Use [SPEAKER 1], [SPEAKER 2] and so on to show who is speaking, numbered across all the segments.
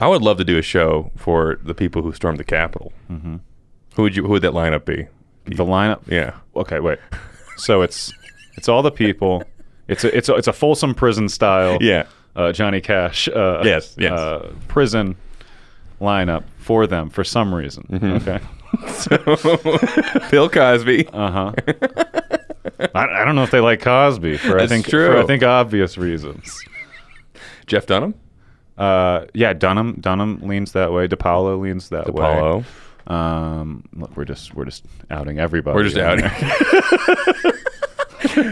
[SPEAKER 1] I would love to do a show for the people who stormed the Capitol.
[SPEAKER 2] Mm-hmm.
[SPEAKER 1] Who would you? Who would that lineup be?
[SPEAKER 2] The lineup.
[SPEAKER 1] Yeah.
[SPEAKER 2] Okay, wait. So it's it's all the people. It's a it's a, it's a Folsom prison style.
[SPEAKER 1] Yeah.
[SPEAKER 2] Uh, Johnny Cash. Uh,
[SPEAKER 1] Yes, yes.
[SPEAKER 2] Uh, prison lineup for them for some reason.
[SPEAKER 1] Mm-hmm.
[SPEAKER 2] Okay.
[SPEAKER 1] Bill Cosby.
[SPEAKER 2] Uh-huh. I, I don't know if they like Cosby for I
[SPEAKER 1] That's
[SPEAKER 2] think
[SPEAKER 1] true.
[SPEAKER 2] for I think obvious reasons.
[SPEAKER 1] Jeff Dunham.
[SPEAKER 2] Uh, yeah, Dunham Dunham leans that way. DePaulo leans that way.
[SPEAKER 1] Paulo.
[SPEAKER 2] Um, look, we're just we're just outing everybody.
[SPEAKER 1] We're just out.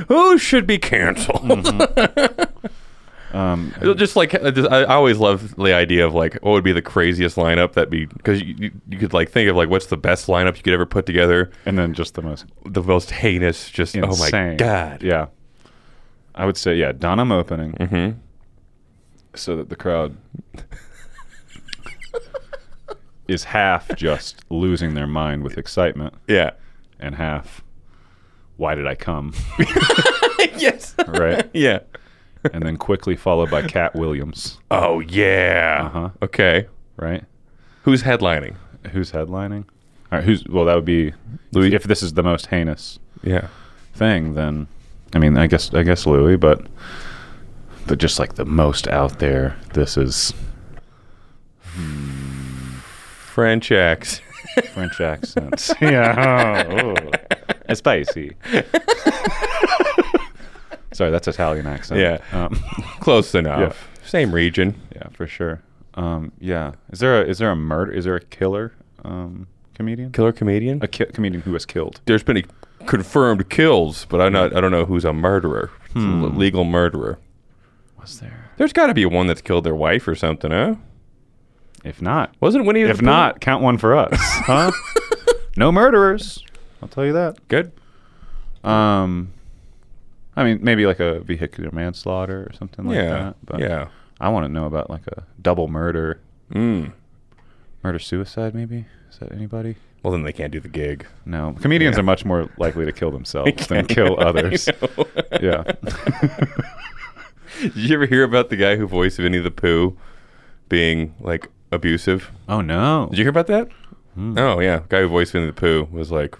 [SPEAKER 1] Who should be canceled?
[SPEAKER 2] Mm-hmm. Um,
[SPEAKER 1] just like I just- I I always love the idea of like what would be the craziest lineup that be because you, you, you could like think of like what's the best lineup you could ever put together,
[SPEAKER 2] and then just the most
[SPEAKER 1] the most heinous, just oh my
[SPEAKER 2] insane.
[SPEAKER 1] god,
[SPEAKER 2] Yeah, I would say yeah. Dunham opening, mm-hmm. so that the crowd is half just losing their mind with excitement,
[SPEAKER 1] yeah,
[SPEAKER 2] and half, why did I come?
[SPEAKER 1] yes,
[SPEAKER 2] Right,
[SPEAKER 1] yeah,
[SPEAKER 2] and then quickly followed by Cat Williams.
[SPEAKER 1] oh yeah,
[SPEAKER 2] Uh-huh.
[SPEAKER 1] okay,
[SPEAKER 2] Right,
[SPEAKER 1] who's headlining?
[SPEAKER 2] who's headlining? All right, who's well? That would be
[SPEAKER 1] Louis-
[SPEAKER 2] If this is the most heinous
[SPEAKER 1] Yeah,
[SPEAKER 2] thing, then I mean, I guess I guess Louis, but but just like the most out there, this is
[SPEAKER 1] French acts.
[SPEAKER 2] French accents. yeah, oh, ooh. it's spicy. Sorry, that's Italian accent.
[SPEAKER 1] Yeah.
[SPEAKER 2] um,
[SPEAKER 1] Close enough. Same region.
[SPEAKER 2] yeah, for sure. Um, yeah, is there a is there a murder? Is there a killer um, comedian?
[SPEAKER 1] Killer comedian. Uh,
[SPEAKER 2] a ki- comedian who was killed.
[SPEAKER 1] There's been a confirmed kills, but I not I don't know who's a murderer,
[SPEAKER 2] Hmm.
[SPEAKER 1] L- legal murderer.
[SPEAKER 2] Was there?
[SPEAKER 1] There's got to be one that's killed their wife or something, huh?
[SPEAKER 2] If not,
[SPEAKER 1] Wasn't Winnie? the
[SPEAKER 2] if
[SPEAKER 1] Pooh-
[SPEAKER 2] not, count one for us, huh? no murderers. I'll tell you that.
[SPEAKER 1] good.
[SPEAKER 2] Um, I mean, maybe like a vehicular manslaughter or something like
[SPEAKER 1] yeah,
[SPEAKER 2] that. But
[SPEAKER 1] yeah.
[SPEAKER 2] I want to know about like a double murder,
[SPEAKER 1] Mm.
[SPEAKER 2] murder suicide. Maybe is that anybody?
[SPEAKER 1] Well, then they can't do the gig.
[SPEAKER 2] No, comedians are much more likely to kill themselves than kill others. yeah,
[SPEAKER 1] Did you ever hear about the guy who voiced Winnie the Pooh being like abusive?
[SPEAKER 2] Oh no. Hmm.
[SPEAKER 1] Did you hear about that? Oh yeah, guy who voiced Winnie the Pooh was like,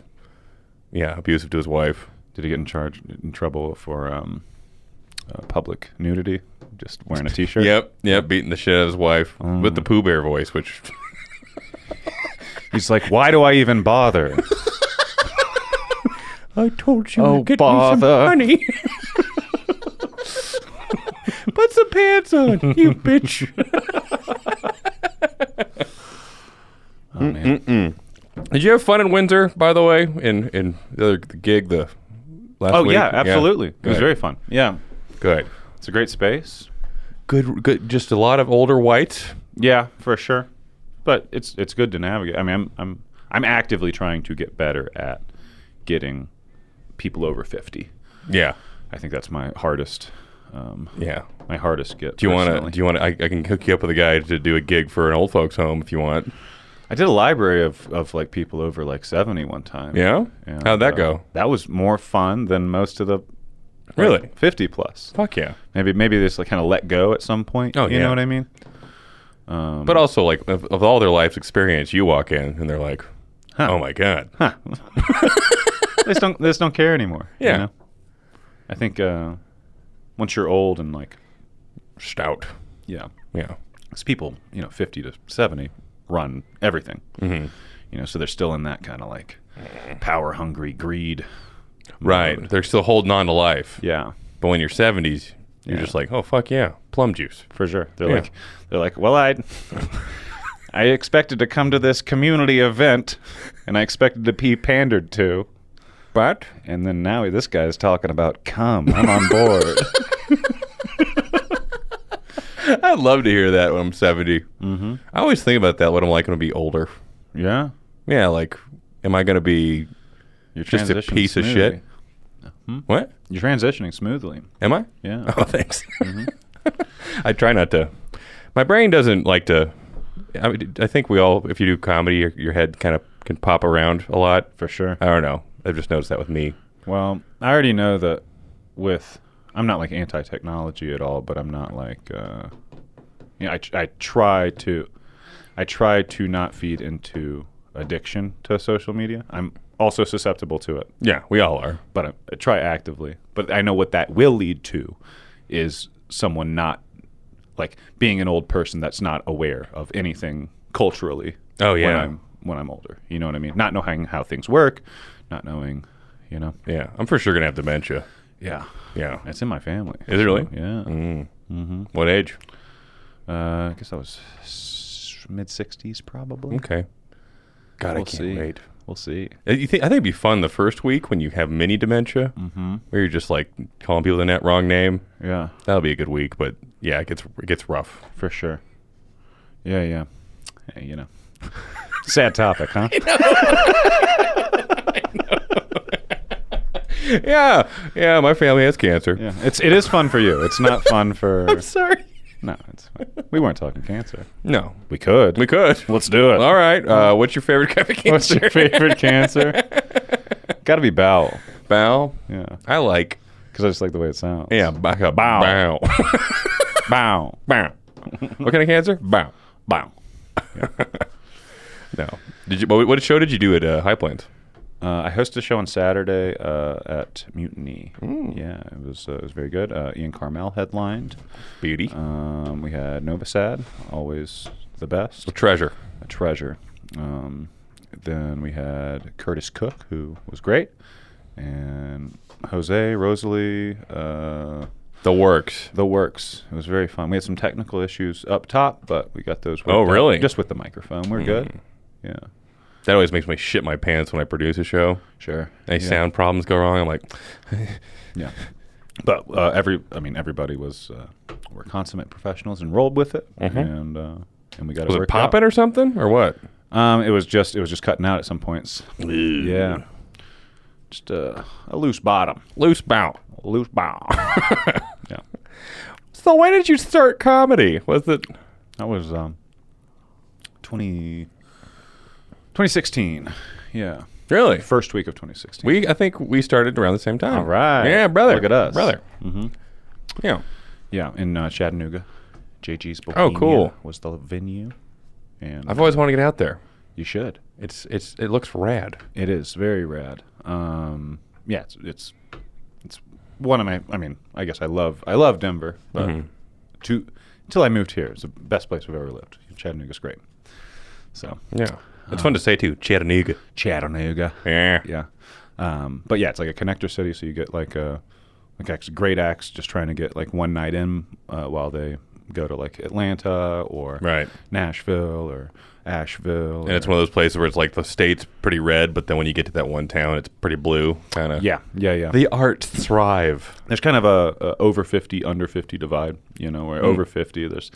[SPEAKER 1] yeah, abusive to his wife.
[SPEAKER 2] Did he get in charge in trouble for um, uh, public nudity? Just wearing a t-shirt.
[SPEAKER 1] Yep, yep, beating the shit out of his wife
[SPEAKER 2] Mm.
[SPEAKER 1] with the Pooh Bear voice, which
[SPEAKER 2] He's like, why do I even bother?
[SPEAKER 1] I told you
[SPEAKER 2] Oh, get me some bother.
[SPEAKER 1] honey. Put some pants on, you bitch.
[SPEAKER 2] Oh, man.
[SPEAKER 1] Did you have fun in Windsor, by the way? In in the other the gig the last
[SPEAKER 2] Oh
[SPEAKER 1] week?
[SPEAKER 2] yeah, absolutely. It was
[SPEAKER 1] Good.
[SPEAKER 2] very fun. Yeah,
[SPEAKER 1] Good.
[SPEAKER 2] it's a great space.
[SPEAKER 1] Good good just a lot of older whites.
[SPEAKER 2] Yeah, for sure. But it's it's good to navigate. I mean, I'm I'm I'm actively trying to get better at getting people over 50.
[SPEAKER 1] Yeah.
[SPEAKER 2] I think that's my hardest um,
[SPEAKER 1] Yeah.
[SPEAKER 2] my hardest get.
[SPEAKER 1] Do you want to? Do you want to? I, I can hook you up with a guy to do a gig for an old folks' home if you want.
[SPEAKER 2] I did a library of of like people over like 70 one time.
[SPEAKER 1] Yeah.
[SPEAKER 2] And,
[SPEAKER 1] How'd that
[SPEAKER 2] uh,
[SPEAKER 1] go?
[SPEAKER 2] That was more fun than most of the like,
[SPEAKER 1] Really?
[SPEAKER 2] 50 plus.
[SPEAKER 1] Fuck yeah.
[SPEAKER 2] Maybe maybe they just like kind of let go at some point.
[SPEAKER 1] Oh,
[SPEAKER 2] you
[SPEAKER 1] yeah.
[SPEAKER 2] know what I mean? Um,
[SPEAKER 1] But also, like, of, of all their life's experience, you walk in and they're like,
[SPEAKER 2] Huh.
[SPEAKER 1] "Oh my god,
[SPEAKER 2] they just don't they just don't care anymore. you
[SPEAKER 1] Yeah.
[SPEAKER 2] know? I think uh, once you're old and like
[SPEAKER 1] stout."
[SPEAKER 2] yeah,
[SPEAKER 1] Yeah.
[SPEAKER 2] because people you know fifty to seventy run everything. Mm-hmm. You know, so they're still in that kind of like power hungry greed.
[SPEAKER 1] Right. They're still holding on to life.
[SPEAKER 2] Yeah,
[SPEAKER 1] But when you're 70s, you're just like, "Oh fuck yeah, plum juice."
[SPEAKER 2] for sure. They're
[SPEAKER 1] Yeah.
[SPEAKER 2] like they're like well I. I expected to come to this community event, and I expected to be pandered to,
[SPEAKER 1] But
[SPEAKER 2] and then now this guy's talking about come. I'm on board.
[SPEAKER 1] I'd love to hear that when I'm 70. Mm-hmm. I always think about that. What I'm like when I be older.
[SPEAKER 2] yeah,
[SPEAKER 1] Yeah. Like, am I gonna be
[SPEAKER 2] you're
[SPEAKER 1] just a piece of shit? What?
[SPEAKER 2] You're transitioning smoothly.
[SPEAKER 1] Am I?
[SPEAKER 2] Yeah.
[SPEAKER 1] Oh, thanks. Mm-hmm. I try not to. My brain doesn't like to. I, mean, I think we all, if you do comedy, your, your head kind of can pop around a lot.
[SPEAKER 2] For sure.
[SPEAKER 1] I don't know. I've just noticed that with me.
[SPEAKER 2] Well, I already know that with I'm not like anti-technology at all, but I'm not like uh you know, I tr- I try to I try to not feed into addiction to social media. I'm also susceptible to it,
[SPEAKER 1] Yeah, we all are.
[SPEAKER 2] but I, I try actively. But I know what that will lead to is someone not like being an old person that's not aware of anything culturally.
[SPEAKER 1] Oh,
[SPEAKER 2] when
[SPEAKER 1] yeah.
[SPEAKER 2] I'm when I'm older, you know what I mean. Not knowing how things work, not knowing, you know.
[SPEAKER 1] Yeah, I'm for sure gonna have dementia.
[SPEAKER 2] Yeah,
[SPEAKER 1] Yeah. Mm.
[SPEAKER 2] it's in my family.
[SPEAKER 1] Is it really?
[SPEAKER 2] Yeah. Mm-hmm.
[SPEAKER 1] What age?
[SPEAKER 2] Uh, I guess I was s- mid '60s, probably.
[SPEAKER 1] Okay. God, I
[SPEAKER 2] We'll
[SPEAKER 1] can't
[SPEAKER 2] see.
[SPEAKER 1] wait.
[SPEAKER 2] We'll see.
[SPEAKER 1] Uh, You think, I think it'd be fun the first week when you have mini dementia, mm-hmm. where you're just like calling people the net wrong name.
[SPEAKER 2] Yeah,
[SPEAKER 1] That'll be a good week, but yeah, it gets it gets rough.
[SPEAKER 2] for sure. Yeah, yeah. Hey, you know, sad topic, huh?
[SPEAKER 1] Yeah, yeah. My family has cancer.
[SPEAKER 2] Yeah, it's it is fun for you. It's not fun for
[SPEAKER 1] Sorry.
[SPEAKER 2] no. It's fine. we weren't talking cancer.
[SPEAKER 1] No,
[SPEAKER 2] We could.
[SPEAKER 1] we could.
[SPEAKER 2] Let's do it.
[SPEAKER 1] All right. Uh, what's your favorite kind of cancer?
[SPEAKER 2] What's your favorite cancer? Got to be bowel.
[SPEAKER 1] Bow.
[SPEAKER 2] Yeah,
[SPEAKER 1] I like.
[SPEAKER 2] because I just like the way it sounds.
[SPEAKER 1] Yeah, like a Bow.
[SPEAKER 2] Bow. bow,
[SPEAKER 1] bow. What kind of cancer? Bow.
[SPEAKER 2] bow.
[SPEAKER 1] No. Did you? What, what show did you do at uh, High Plains?
[SPEAKER 2] Uh, I hosted a show on Saturday uh, at Mutiny. Yeah, it was uh, it was very good. Uh, Ian Carmel headlined.
[SPEAKER 1] Beauty.
[SPEAKER 2] Um, we had Novasad, always the best,
[SPEAKER 1] Treasure.
[SPEAKER 2] a treasure. Um, then we had Curtis Cook, who was great, and Jose Rosalie, uh,
[SPEAKER 1] The works.
[SPEAKER 2] the works. It was very fun. We had some technical issues up top, but we got those.
[SPEAKER 1] Oh,
[SPEAKER 2] worked out.
[SPEAKER 1] really? Hmm.
[SPEAKER 2] Just with the microphone, we're good. Yeah,
[SPEAKER 1] That always makes me shit my pants when I produce a show.
[SPEAKER 2] sure.
[SPEAKER 1] Any
[SPEAKER 2] yeah.
[SPEAKER 1] sound problems go wrong, I'm like,
[SPEAKER 2] Yeah. But uh, every, I mean, everybody was uh, were consummate professionals and rolled with it, and uh, and we got
[SPEAKER 1] Mm-hmm. was
[SPEAKER 2] it
[SPEAKER 1] it
[SPEAKER 2] worked
[SPEAKER 1] popping or something or what?
[SPEAKER 2] out. Um, it was just it was just cutting out at some points. Yeah, just uh, a loose bottom,
[SPEAKER 1] Loose bow.
[SPEAKER 2] a loose bottom. yeah,
[SPEAKER 1] So why did you start comedy? Was it?
[SPEAKER 2] that was um, 20, 2016. Yeah,
[SPEAKER 1] Really?
[SPEAKER 2] first week of twenty sixteen.
[SPEAKER 1] We I think we started around the same time.
[SPEAKER 2] All right.
[SPEAKER 1] Yeah, brother.
[SPEAKER 2] Look at us. Mm-hmm.
[SPEAKER 1] brother. Yeah.
[SPEAKER 2] yeah, in uh, Chattanooga, JG's.
[SPEAKER 1] Oh, cool.
[SPEAKER 2] Bohemia Was the venue, and
[SPEAKER 1] I've always wanted to get out there.
[SPEAKER 2] you should.
[SPEAKER 1] It's it's it looks rad.
[SPEAKER 2] It is very rad. Um, yeah, it's, it's it's one of my. I mean, I guess I love I love Denver,
[SPEAKER 1] Mm-hmm.
[SPEAKER 2] but to until I moved here, it's the best place I've ever lived. Chattanooga's great. So
[SPEAKER 1] Yeah. It's fun to say too. Chattanooga.
[SPEAKER 2] Chattanooga,
[SPEAKER 1] Yeah.
[SPEAKER 2] yeah. Um, but yeah, it's like a connector city, so you get like a like acts, great acts just trying to get like one night in uh, while they go to like Atlanta or
[SPEAKER 1] Right.
[SPEAKER 2] Nashville or Asheville.
[SPEAKER 1] And it's one of those places where it's like the state's pretty red, but then when you get to that one town, it's pretty blue, kind of.
[SPEAKER 2] yeah, yeah, yeah.
[SPEAKER 1] The arts thrive.
[SPEAKER 2] there's kind of a, a over 50 under 50 divide you know
[SPEAKER 1] Hmm.
[SPEAKER 2] where over 50 there's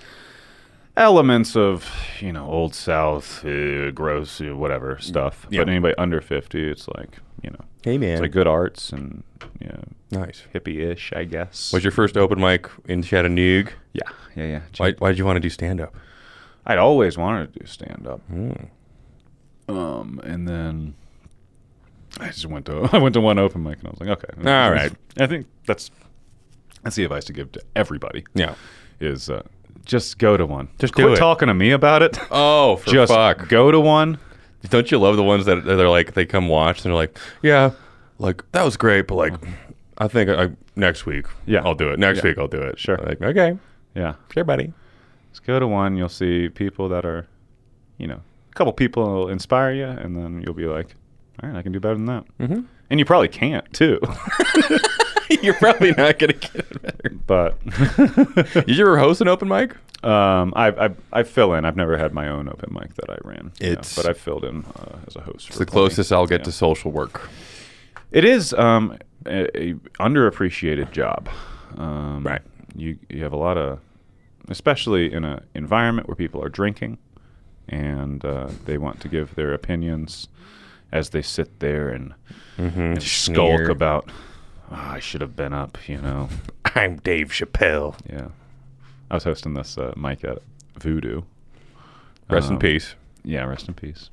[SPEAKER 2] elements of you know old south uh, gross uh, whatever stuff
[SPEAKER 1] Hmm. Yeah.
[SPEAKER 2] but anybody under 50 it's like you know
[SPEAKER 1] Hey
[SPEAKER 2] it's
[SPEAKER 1] man.
[SPEAKER 2] like good arts and you know
[SPEAKER 1] nice.
[SPEAKER 2] hippie-ish i guess
[SPEAKER 1] Was your first open mic in Chattanooga?
[SPEAKER 2] yeah yeah yeah
[SPEAKER 1] Why why did you want to do stand up?
[SPEAKER 2] I'd always wanted to do stand up.
[SPEAKER 1] Hmm.
[SPEAKER 2] Um, and then I just went to I went to one open mic and I was like, okay,
[SPEAKER 1] All right.
[SPEAKER 2] I think that's that's the advice to give to everybody.
[SPEAKER 1] Yeah.
[SPEAKER 2] is uh, just go to one.
[SPEAKER 1] Just
[SPEAKER 2] quit
[SPEAKER 1] do it.
[SPEAKER 2] talking to me about it.
[SPEAKER 1] Oh, for
[SPEAKER 2] just
[SPEAKER 1] fuck.
[SPEAKER 2] go to one.
[SPEAKER 1] Don't you love the ones that that they're like they come watch and they're like, yeah, like that was great, but like I think I, next week,
[SPEAKER 2] Yeah.
[SPEAKER 1] I'll do it. Next
[SPEAKER 2] Yeah.
[SPEAKER 1] week I'll do it.
[SPEAKER 2] Sure.
[SPEAKER 1] Like okay,
[SPEAKER 2] Yeah,
[SPEAKER 1] sure, buddy.
[SPEAKER 2] just go to one. You'll see people that are, you know, a couple people will inspire you, and then you'll be like, all right, I can do better than that. Mm-hmm. And you probably can't too,
[SPEAKER 1] You're probably not gonna get it better.
[SPEAKER 2] but
[SPEAKER 1] Did you ever host an open mic?
[SPEAKER 2] Um, I, I I fill in. I've never had my own open mic that I ran. you know,
[SPEAKER 1] It's-
[SPEAKER 2] but I filled in uh, as a host.
[SPEAKER 1] It's the closest I'll get to social work.
[SPEAKER 2] It is um a, a underappreciated job. Um,
[SPEAKER 1] Right.
[SPEAKER 2] You you have a lot of, especially in a environment where people are drinking, and uh, they want to give their opinions as they sit there and, and skulk
[SPEAKER 1] Mm-hmm. Sneer.
[SPEAKER 2] about. "Oh, I should have been up, you know.
[SPEAKER 1] I'm Dave Chappelle.
[SPEAKER 2] Yeah. I was hosting this uh, mic at Voodoo.
[SPEAKER 1] Rest in
[SPEAKER 2] Um,
[SPEAKER 1] peace.
[SPEAKER 2] Yeah, rest in peace.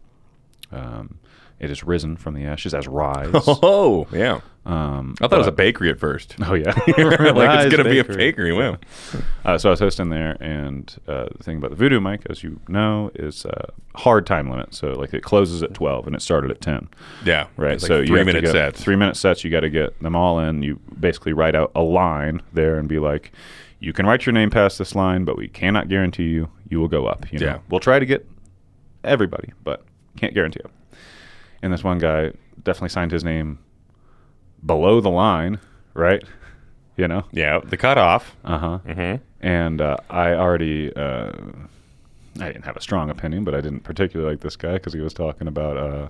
[SPEAKER 2] Um, It has risen from the ashes as rise.
[SPEAKER 1] Oh, yeah.
[SPEAKER 2] Um,
[SPEAKER 1] I thought it was a bakery at first.
[SPEAKER 2] oh yeah,
[SPEAKER 1] like
[SPEAKER 2] Rise
[SPEAKER 1] it's gonna be a
[SPEAKER 2] Bakery.
[SPEAKER 1] bakery. Wow.
[SPEAKER 2] Uh, so I was hosting there, and uh, the thing about the Voodoo Mic, as you know, is uh, hard time limit. So like it closes at twelve, and it started at ten.
[SPEAKER 1] Yeah.
[SPEAKER 2] Right.
[SPEAKER 1] It's like
[SPEAKER 2] so you
[SPEAKER 1] three
[SPEAKER 2] have to
[SPEAKER 1] minute
[SPEAKER 2] go-
[SPEAKER 1] sets.
[SPEAKER 2] Three minute sets. You got to get them all in. You basically write out a line there and be like, you can write your name past this line, but we cannot guarantee you you will go up. You know?
[SPEAKER 1] Yeah.
[SPEAKER 2] We'll try to get everybody, but can't guarantee it. And this one guy definitely signed his name below the line, right? You know.
[SPEAKER 1] Yeah. The cutoff.
[SPEAKER 2] Uh huh.
[SPEAKER 1] Mm-hmm.
[SPEAKER 2] And uh, I already. Uh, I didn't have a strong opinion, but I didn't particularly like this guy because he was talking about uh,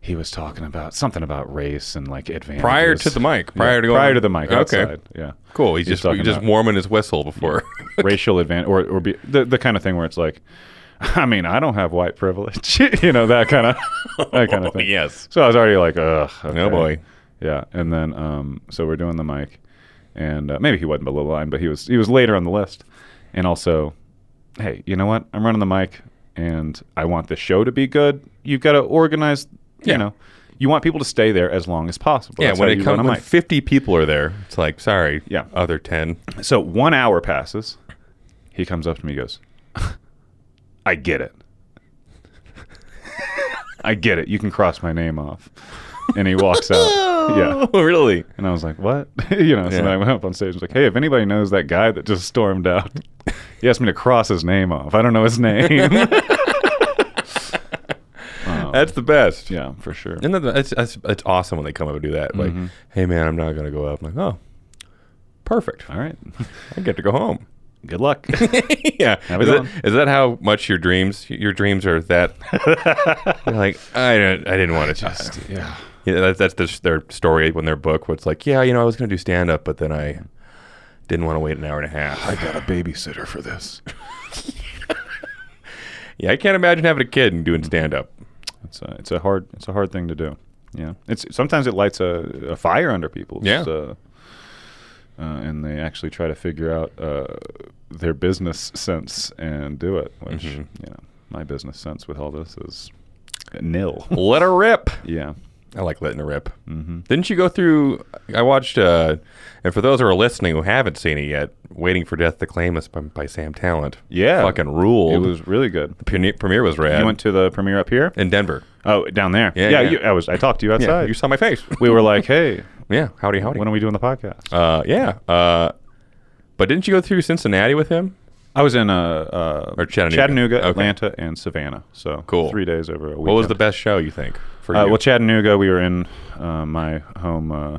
[SPEAKER 2] he was talking about something about race and like advantages
[SPEAKER 1] Prior to the mic.
[SPEAKER 2] Yeah,
[SPEAKER 1] Prior to going
[SPEAKER 2] prior to the mic.
[SPEAKER 1] Okay.
[SPEAKER 2] Outside, yeah,
[SPEAKER 1] Cool. He's,
[SPEAKER 2] He's
[SPEAKER 1] just he's
[SPEAKER 2] talking
[SPEAKER 1] just
[SPEAKER 2] about-
[SPEAKER 1] warming his whistle before.
[SPEAKER 2] racial advantage or or be, the the kind of thing where it's like, I mean, I don't have white privilege, you know that kind of that kind of thing.
[SPEAKER 1] Oh, yes.
[SPEAKER 2] So I was already like, ugh.
[SPEAKER 1] Oh
[SPEAKER 2] okay.
[SPEAKER 1] boy.
[SPEAKER 2] Yeah, and then um, so we're doing the mic, and uh, maybe he wasn't below the line, but he was he was later on the list, and also, hey, you know what? I'm running the mic, and I want the show to be good. You've got to organize,
[SPEAKER 1] Yeah.
[SPEAKER 2] you know, you want people to stay there as long as possible.
[SPEAKER 1] yeah.
[SPEAKER 2] That's
[SPEAKER 1] When
[SPEAKER 2] how
[SPEAKER 1] it
[SPEAKER 2] you
[SPEAKER 1] comes
[SPEAKER 2] run
[SPEAKER 1] when
[SPEAKER 2] a
[SPEAKER 1] fifty people are there, it's like sorry.
[SPEAKER 2] Yeah.
[SPEAKER 1] Other ten.
[SPEAKER 2] mic. So one hour passes, he comes up to me, he goes, I get it, I get it. You can cross my name off, and he walks out. Yeah.
[SPEAKER 1] Oh, really?
[SPEAKER 2] And I was like, what? you know, so
[SPEAKER 1] Yeah.
[SPEAKER 2] then I went up on stage and was like, hey, if anybody knows that guy that just stormed out, he asked me to cross his name off. I don't know his name. Um,
[SPEAKER 1] That's the best.
[SPEAKER 2] yeah, for sure.
[SPEAKER 1] And then the- it's, it's it's awesome when they come up and do that. Like,
[SPEAKER 2] Mhm.
[SPEAKER 1] hey man, I'm not gonna go up. I'm like, oh, perfect.
[SPEAKER 2] All right.
[SPEAKER 1] I get to go home.
[SPEAKER 2] Good luck.
[SPEAKER 1] yeah.
[SPEAKER 2] Have a
[SPEAKER 1] Is
[SPEAKER 2] good
[SPEAKER 1] that,
[SPEAKER 2] one.
[SPEAKER 1] is that how much your dreams your dreams are that you're like uh, I don't I didn't want to just
[SPEAKER 2] yeah.
[SPEAKER 1] yeah that, that's this, their story when their book was like yeah you know I was gonna do stand up but then I didn't want to wait an hour and a half
[SPEAKER 2] I got a babysitter for this.
[SPEAKER 1] yeah I can't imagine having a kid and doing stand up
[SPEAKER 2] It's a, it's a hard it's a hard thing to do. Yeah. It's sometimes it lights a, a fire under people.
[SPEAKER 1] Yeah.
[SPEAKER 2] uh, uh, and they actually try to figure out uh, their business sense and do it, which
[SPEAKER 1] Mhm.
[SPEAKER 2] you know my business sense with all this is nil.
[SPEAKER 1] let her rip
[SPEAKER 2] yeah.
[SPEAKER 1] I like letting her rip
[SPEAKER 2] hmm
[SPEAKER 1] Didn't you go through? I watched, uh, and for those who are listening who haven't seen it yet, "Waiting for Death to Claim Us" by, by Sam Talent.
[SPEAKER 2] Yeah.
[SPEAKER 1] fucking rule.
[SPEAKER 2] It was really good.
[SPEAKER 1] the premiere, premiere was rad
[SPEAKER 2] You went to the premiere up here?
[SPEAKER 1] in Denver.
[SPEAKER 2] Oh, down there.
[SPEAKER 1] Yeah, yeah.
[SPEAKER 2] You, I was. I talked to you
[SPEAKER 1] Yeah,
[SPEAKER 2] outside.
[SPEAKER 1] you saw my face.
[SPEAKER 2] we were like, "Hey,
[SPEAKER 1] yeah, howdy, howdy.
[SPEAKER 2] when are we doing the podcast?"
[SPEAKER 1] Uh, yeah, uh, but didn't you go through Cincinnati with him?
[SPEAKER 2] I was in uh, uh,
[SPEAKER 1] Or Chattanooga.
[SPEAKER 2] Chattanooga,
[SPEAKER 1] Okay.
[SPEAKER 2] Atlanta, and Savannah. So
[SPEAKER 1] Cool.
[SPEAKER 2] Three days over a week.
[SPEAKER 1] What was the best show you think for
[SPEAKER 2] Uh,
[SPEAKER 1] you?
[SPEAKER 2] well, Chattanooga, we were in uh, my home uh,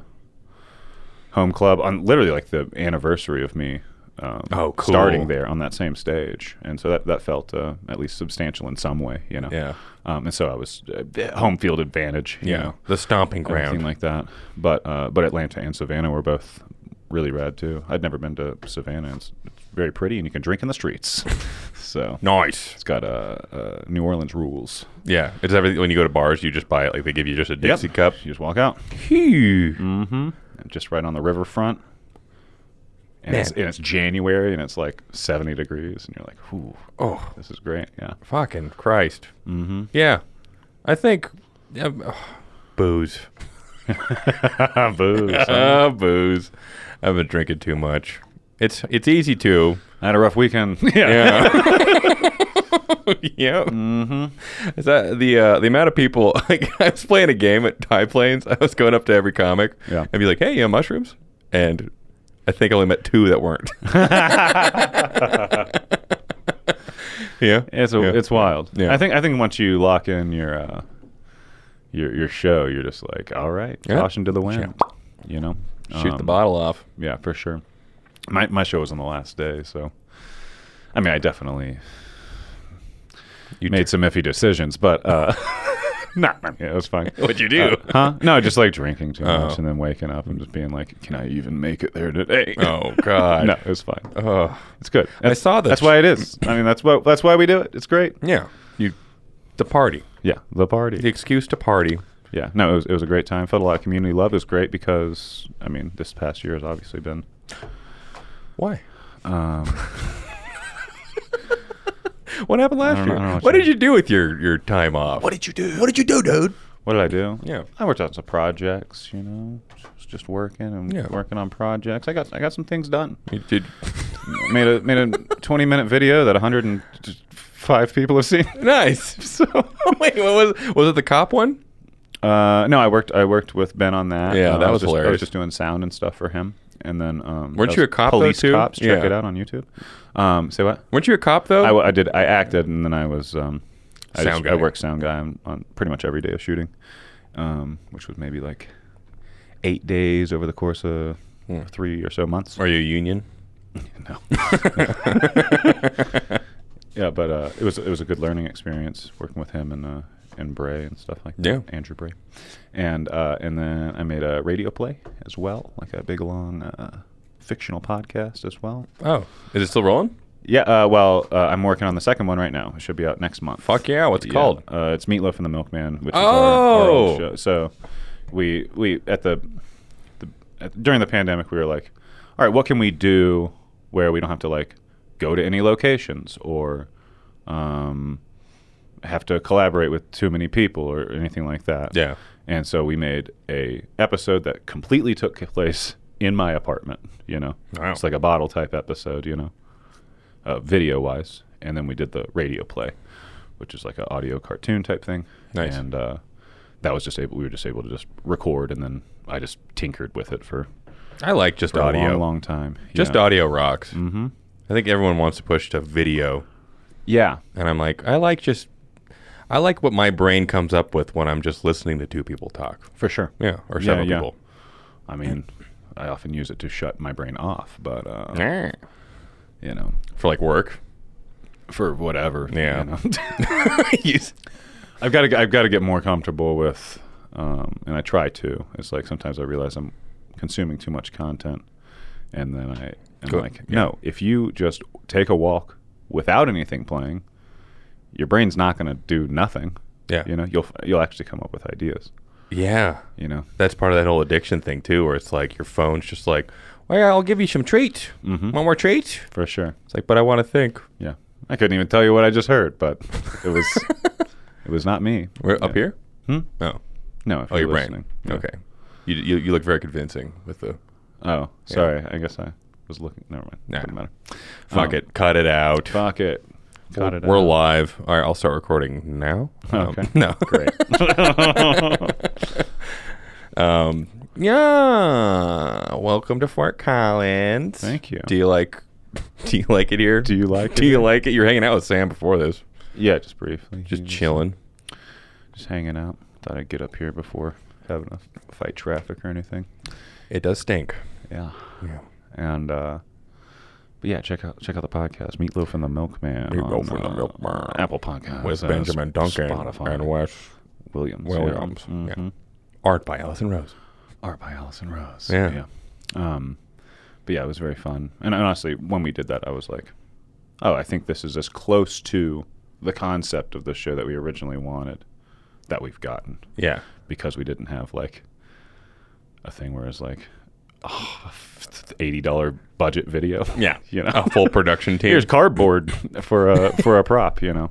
[SPEAKER 2] home club on literally like the anniversary of me. Um,
[SPEAKER 1] Oh, cool.
[SPEAKER 2] Starting there on that same stage, and so that that felt uh, at least substantial in some way, you know.
[SPEAKER 1] yeah,
[SPEAKER 2] Um, and so I was uh, home field advantage. You
[SPEAKER 1] yeah,
[SPEAKER 2] Know?
[SPEAKER 1] the stomping
[SPEAKER 2] Everything
[SPEAKER 1] ground.
[SPEAKER 2] like that. But uh, but Atlanta and Savannah were both really rad too. I'd never been to Savannah. and It's, it's very pretty, and you can drink in the streets. so
[SPEAKER 1] nice.
[SPEAKER 2] it's got uh, uh, New Orleans rules.
[SPEAKER 1] Yeah, it's everything. When you go to bars, you just buy it. Like they give you just a Dixie
[SPEAKER 2] Yep.
[SPEAKER 1] cup.
[SPEAKER 2] You just walk out,
[SPEAKER 1] Phew.
[SPEAKER 2] mm-hmm. just right on the riverfront. And it's,
[SPEAKER 1] Man.
[SPEAKER 2] and it's January, and it's like seventy degrees, and you're like, "Ooh,
[SPEAKER 1] Oh,
[SPEAKER 2] this is great!" Yeah.
[SPEAKER 1] fucking Christ.
[SPEAKER 2] Mm-hmm.
[SPEAKER 1] Yeah, I think uh, booze.
[SPEAKER 2] Booze. huh?
[SPEAKER 1] Uh, booze. I've been drinking too much. It's it's easy to.
[SPEAKER 2] I had a rough weekend. yeah. Mm-hmm.
[SPEAKER 1] Yeah. yeah. Is that the uh, the amount of people? Like, I was playing a game at Thai Plains. I was going up to every comic
[SPEAKER 2] Yeah.
[SPEAKER 1] and be like, "Hey, you have mushrooms?" And I think I only met two that weren't. yeah.
[SPEAKER 2] It's a,
[SPEAKER 1] yeah.
[SPEAKER 2] it's wild.
[SPEAKER 1] Yeah.
[SPEAKER 2] I think I think once you lock in your uh, your your show, you're just like, all right,
[SPEAKER 1] Yeah.
[SPEAKER 2] caution to the wind.
[SPEAKER 1] Yeah.
[SPEAKER 2] You know,
[SPEAKER 1] shoot the
[SPEAKER 2] Um,
[SPEAKER 1] bottle off.
[SPEAKER 2] Yeah, for sure. My my show was on the last day, so I mean, I definitely
[SPEAKER 1] You
[SPEAKER 2] made some iffy decisions, but uh, not. I mean, it was fine.
[SPEAKER 1] What'd you do?
[SPEAKER 2] Uh, huh? No, just like drinking too
[SPEAKER 1] Oh.
[SPEAKER 2] much and then waking up and just being like, can I even make it there today?
[SPEAKER 1] Oh, God.
[SPEAKER 2] no, it was fine.
[SPEAKER 1] Ugh.
[SPEAKER 2] It's good. That's,
[SPEAKER 1] saw this.
[SPEAKER 2] That's why it is. I mean, that's what that's why we do it. It's great.
[SPEAKER 1] yeah. You. The party.
[SPEAKER 2] Yeah, the party.
[SPEAKER 1] The excuse to party.
[SPEAKER 2] Yeah, no, it was, it was a great time. Felt a lot of community love. It was great because, I mean, this past year has obviously been.
[SPEAKER 1] Why?
[SPEAKER 2] Um,
[SPEAKER 1] What happened
[SPEAKER 2] I
[SPEAKER 1] last
[SPEAKER 2] don't know-
[SPEAKER 1] year?
[SPEAKER 2] I don't know
[SPEAKER 1] What,
[SPEAKER 2] what
[SPEAKER 1] did
[SPEAKER 2] you-
[SPEAKER 1] you do with your, your time off? What did you do? What did you do, dude?
[SPEAKER 2] What did I do?
[SPEAKER 1] Yeah.
[SPEAKER 2] I worked on some projects. You know, was just working and
[SPEAKER 1] Yeah.
[SPEAKER 2] working on projects. I got I got some things done.
[SPEAKER 1] You did.
[SPEAKER 2] made a made a 20 minute video that 105 people have seen.
[SPEAKER 1] nice. So wait, what was was it the cop one?
[SPEAKER 2] Uh, no, I worked I worked with Ben on that.
[SPEAKER 1] Yeah,
[SPEAKER 2] Uh,
[SPEAKER 1] that
[SPEAKER 2] I
[SPEAKER 1] was
[SPEAKER 2] just, I
[SPEAKER 1] hilarious.
[SPEAKER 2] was just doing sound and stuff for him. And then um,
[SPEAKER 1] Weren't
[SPEAKER 2] that
[SPEAKER 1] you a
[SPEAKER 2] was
[SPEAKER 1] cop, though,
[SPEAKER 2] Police
[SPEAKER 1] too?
[SPEAKER 2] cops. Check
[SPEAKER 1] Yeah.
[SPEAKER 2] it out on YouTube. Um, say what?
[SPEAKER 1] Weren't you a cop though?
[SPEAKER 2] I, w- I did. I acted, and then I was um, I,
[SPEAKER 1] Oh. Sound
[SPEAKER 2] just-
[SPEAKER 1] guy.
[SPEAKER 2] I worked sound guy on, on pretty much every day of shooting, um, which was maybe like eight days over the course of
[SPEAKER 1] Hmm.
[SPEAKER 2] three or so months.
[SPEAKER 1] Are you a union?
[SPEAKER 2] No. yeah, but uh, it was it was a good learning experience working with him and uh, and Bray and stuff like that.
[SPEAKER 1] Yeah.
[SPEAKER 2] Andrew Bray, and uh, and then I made a radio play as well, like a big long uh, fictional podcast as well.
[SPEAKER 1] Oh, is it still rolling?
[SPEAKER 2] Yeah, uh, well, uh, I'm working on the second one right now. It should be out next month.
[SPEAKER 1] Fuck yeah! What's it
[SPEAKER 2] Yeah,
[SPEAKER 1] called?
[SPEAKER 2] Uh, it's Meatloaf and the Milkman, which is our, our
[SPEAKER 1] Oh!
[SPEAKER 2] old show. So we we at the, the at, during the pandemic we were like, all right, what can we do where we don't have to like go to any locations or um, have to collaborate with too many people or anything like that.
[SPEAKER 1] Yeah.
[SPEAKER 2] And so we made a episode that completely took place in my apartment. You know,
[SPEAKER 1] Wow.
[SPEAKER 2] it's like a bottle type episode. You know, uh, video wise, and then we did the radio play, which is like an audio cartoon type thing.
[SPEAKER 1] Nice.
[SPEAKER 2] And uh, that was just able. We were just able to just record, and then I just tinkered with it for,
[SPEAKER 1] I like just
[SPEAKER 2] for a
[SPEAKER 1] audio.
[SPEAKER 2] long, long time.
[SPEAKER 1] Just
[SPEAKER 2] yeah.
[SPEAKER 1] audio rocks.
[SPEAKER 2] Mm-hmm.
[SPEAKER 1] I think everyone wants to push to video,
[SPEAKER 2] Yeah.
[SPEAKER 1] and I'm like, I like just, I like what my brain comes up with when I'm just listening to two people talk.
[SPEAKER 2] For sure.
[SPEAKER 1] Yeah, or
[SPEAKER 2] Yeah,
[SPEAKER 1] several
[SPEAKER 2] yeah.
[SPEAKER 1] people.
[SPEAKER 2] I mean, I often use it to shut my brain off, but uh, you know,
[SPEAKER 1] For like work.
[SPEAKER 2] for whatever.
[SPEAKER 1] Yeah.
[SPEAKER 2] you know.
[SPEAKER 1] Yes.
[SPEAKER 2] I've got to. I've got to get more comfortable with, um, and I try to. It's like sometimes I realize I'm consuming too much content, and then I am
[SPEAKER 1] Go-
[SPEAKER 2] like, no. If you just take a walk without anything playing, your brain's not going to do nothing.
[SPEAKER 1] Yeah.
[SPEAKER 2] You know, you'll you'll actually come up with ideas.
[SPEAKER 1] Yeah.
[SPEAKER 2] You know.
[SPEAKER 1] That's part of that whole addiction thing too, where it's like your phone's just like, well, yeah, I'll give you some treat.
[SPEAKER 2] Mm-hmm.
[SPEAKER 1] One more treat.
[SPEAKER 2] For sure.
[SPEAKER 1] It's like, but I want to think.
[SPEAKER 2] Yeah. I couldn't even tell you what I just heard, but it was it was not me.
[SPEAKER 1] We're up
[SPEAKER 2] Yeah.
[SPEAKER 1] here.
[SPEAKER 2] Hmm?
[SPEAKER 1] No.
[SPEAKER 2] No. If
[SPEAKER 1] Oh,
[SPEAKER 2] you're
[SPEAKER 1] your brain.
[SPEAKER 2] listening. Yeah.
[SPEAKER 1] Okay. You, you you look very convincing with the.
[SPEAKER 2] Oh, sorry. I guess I was looking. Never mind.
[SPEAKER 1] Nah.
[SPEAKER 2] Doesn't matter.
[SPEAKER 1] Fuck
[SPEAKER 2] Um,
[SPEAKER 1] it. Cut it out.
[SPEAKER 2] Fuck it. Cut it
[SPEAKER 1] We're
[SPEAKER 2] out.
[SPEAKER 1] live. All right, I'll start recording now.
[SPEAKER 2] Okay.
[SPEAKER 1] Um, no.
[SPEAKER 2] Great.
[SPEAKER 1] um, yeah. Welcome to Fort Collins.
[SPEAKER 2] Thank you.
[SPEAKER 1] Do you like? Do you like it here?
[SPEAKER 2] Do you like
[SPEAKER 1] Do
[SPEAKER 2] it
[SPEAKER 1] you
[SPEAKER 2] here?
[SPEAKER 1] like it? You're hanging out with Sam before this,
[SPEAKER 2] yeah, just briefly.
[SPEAKER 1] just
[SPEAKER 2] He was
[SPEAKER 1] chilling.
[SPEAKER 2] Just hanging out. Thought I'd get up here before having to fight traffic or anything.
[SPEAKER 1] It does stink.
[SPEAKER 2] Yeah.
[SPEAKER 1] Yeah.
[SPEAKER 2] And uh but yeah, check out check out the podcast Meatloaf and the Milkman.
[SPEAKER 1] Meatloaf
[SPEAKER 2] on,
[SPEAKER 1] and the
[SPEAKER 2] uh,
[SPEAKER 1] Milkman.
[SPEAKER 2] Apple Podcast
[SPEAKER 1] With
[SPEAKER 2] uh,
[SPEAKER 1] Benjamin Duncan
[SPEAKER 2] Spotify,
[SPEAKER 1] and Wes
[SPEAKER 2] Williams.
[SPEAKER 1] Williams.
[SPEAKER 2] Yeah.
[SPEAKER 1] Yeah.
[SPEAKER 2] Mhm.
[SPEAKER 1] Art by Allison Rose.
[SPEAKER 2] art by Allison Rose.
[SPEAKER 1] Yeah.
[SPEAKER 2] Yeah. Um, but yeah, it was very fun. And honestly, when we did that, I was like, oh, I think this is as close to the concept of the show that we originally wanted that we've gotten
[SPEAKER 1] Yeah.
[SPEAKER 2] because we didn't have like a thing where it's like, oh, $80 budget video.
[SPEAKER 1] Yeah.
[SPEAKER 2] you know,
[SPEAKER 1] A full production team.
[SPEAKER 2] Here's cardboard for a for a prop, you know.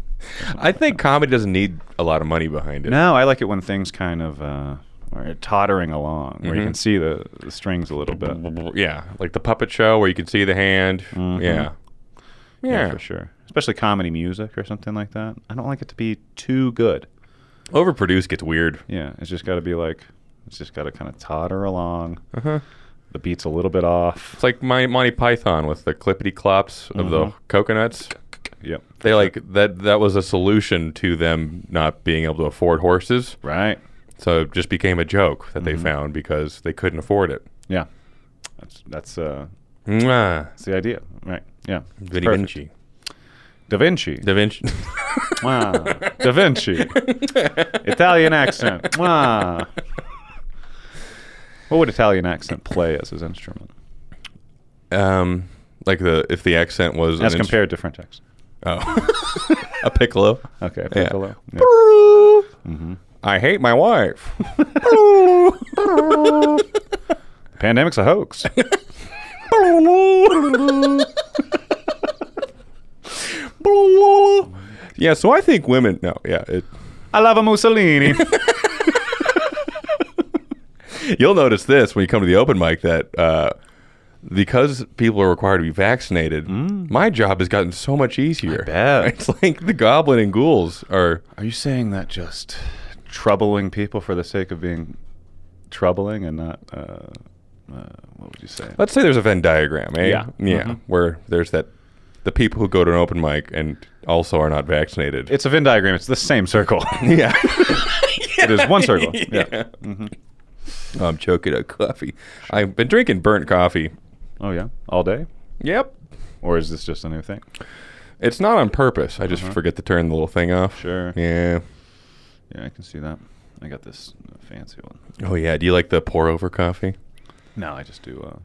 [SPEAKER 1] I think comedy doesn't need a lot of money behind it.
[SPEAKER 2] No, I like it when things kind of uh, are tottering along, where you
[SPEAKER 1] Mhm.
[SPEAKER 2] can see the, the strings a little bit.
[SPEAKER 1] Yeah, like the puppet show where you can see the hand.
[SPEAKER 2] Mhm.
[SPEAKER 1] Mm-hmm. Yeah.
[SPEAKER 2] Yeah. for sure. Especially comedy music or something like that. I don't like it to be too good.
[SPEAKER 1] Overproduced gets weird.
[SPEAKER 2] Yeah, it's just got to be like, it's just got to kind of totter along.
[SPEAKER 1] Uh-huh.
[SPEAKER 2] The beat's a little bit off.
[SPEAKER 1] It's like my Monty Python with the clippity clops of the
[SPEAKER 2] Mhm.
[SPEAKER 1] coconuts.
[SPEAKER 2] Yep.
[SPEAKER 1] They like that. That was a solution to them not being able to afford horses,
[SPEAKER 2] Right.
[SPEAKER 1] so it just became a joke that they
[SPEAKER 2] Mhm.
[SPEAKER 1] found because they couldn't afford it.
[SPEAKER 2] Yeah. That's that's uh
[SPEAKER 1] Mwah.
[SPEAKER 2] that's the idea. Right. Yeah. It's
[SPEAKER 1] Da
[SPEAKER 2] perfect.
[SPEAKER 1] Vinci.
[SPEAKER 2] Da Vinci.
[SPEAKER 1] Da Vinci.
[SPEAKER 2] Wow. da Vinci. Italian accent. Wow. What would Italian accent play as his instrument?
[SPEAKER 1] um, like the if the accent was
[SPEAKER 2] As
[SPEAKER 1] an instru-
[SPEAKER 2] compared to French accent.
[SPEAKER 1] oh, a piccolo.
[SPEAKER 2] Okay,
[SPEAKER 1] Yeah.
[SPEAKER 2] piccolo. Yeah. Mm-hmm.
[SPEAKER 1] I hate my wife.
[SPEAKER 2] Pandemic's a hoax.
[SPEAKER 1] Boo. Yeah, so I think women. No, yeah, it,
[SPEAKER 2] I love a Mussolini.
[SPEAKER 1] you'll notice this when you come to the open mic that uh, because people are required to be vaccinated, my job has gotten so much easier.
[SPEAKER 2] bet.
[SPEAKER 1] It's like the goblin and ghouls are.
[SPEAKER 2] Are you saying that just troubling people for the sake of being troubling and not, uh, uh, what would you say?
[SPEAKER 1] Let's say there's a Venn diagram, eh?
[SPEAKER 2] Yeah.
[SPEAKER 1] yeah,
[SPEAKER 2] Mhm.
[SPEAKER 1] where there's that the people who go to an open mic and also are not vaccinated.
[SPEAKER 2] It's a Venn diagram. It's the same circle.
[SPEAKER 1] yeah.
[SPEAKER 2] it is one circle. Yeah.
[SPEAKER 1] I'm choking on coffee. I've been drinking burnt coffee.
[SPEAKER 2] Oh yeah. All day.
[SPEAKER 1] Yep.
[SPEAKER 2] Or is this just a new thing?
[SPEAKER 1] It's not on purpose. I just forget to turn the little thing off.
[SPEAKER 2] Sure.
[SPEAKER 1] Yeah.
[SPEAKER 2] Yeah, I can see that. I got this fancy one.
[SPEAKER 1] Oh yeah. Do you like the pour over coffee?
[SPEAKER 2] No, I just do. Uh,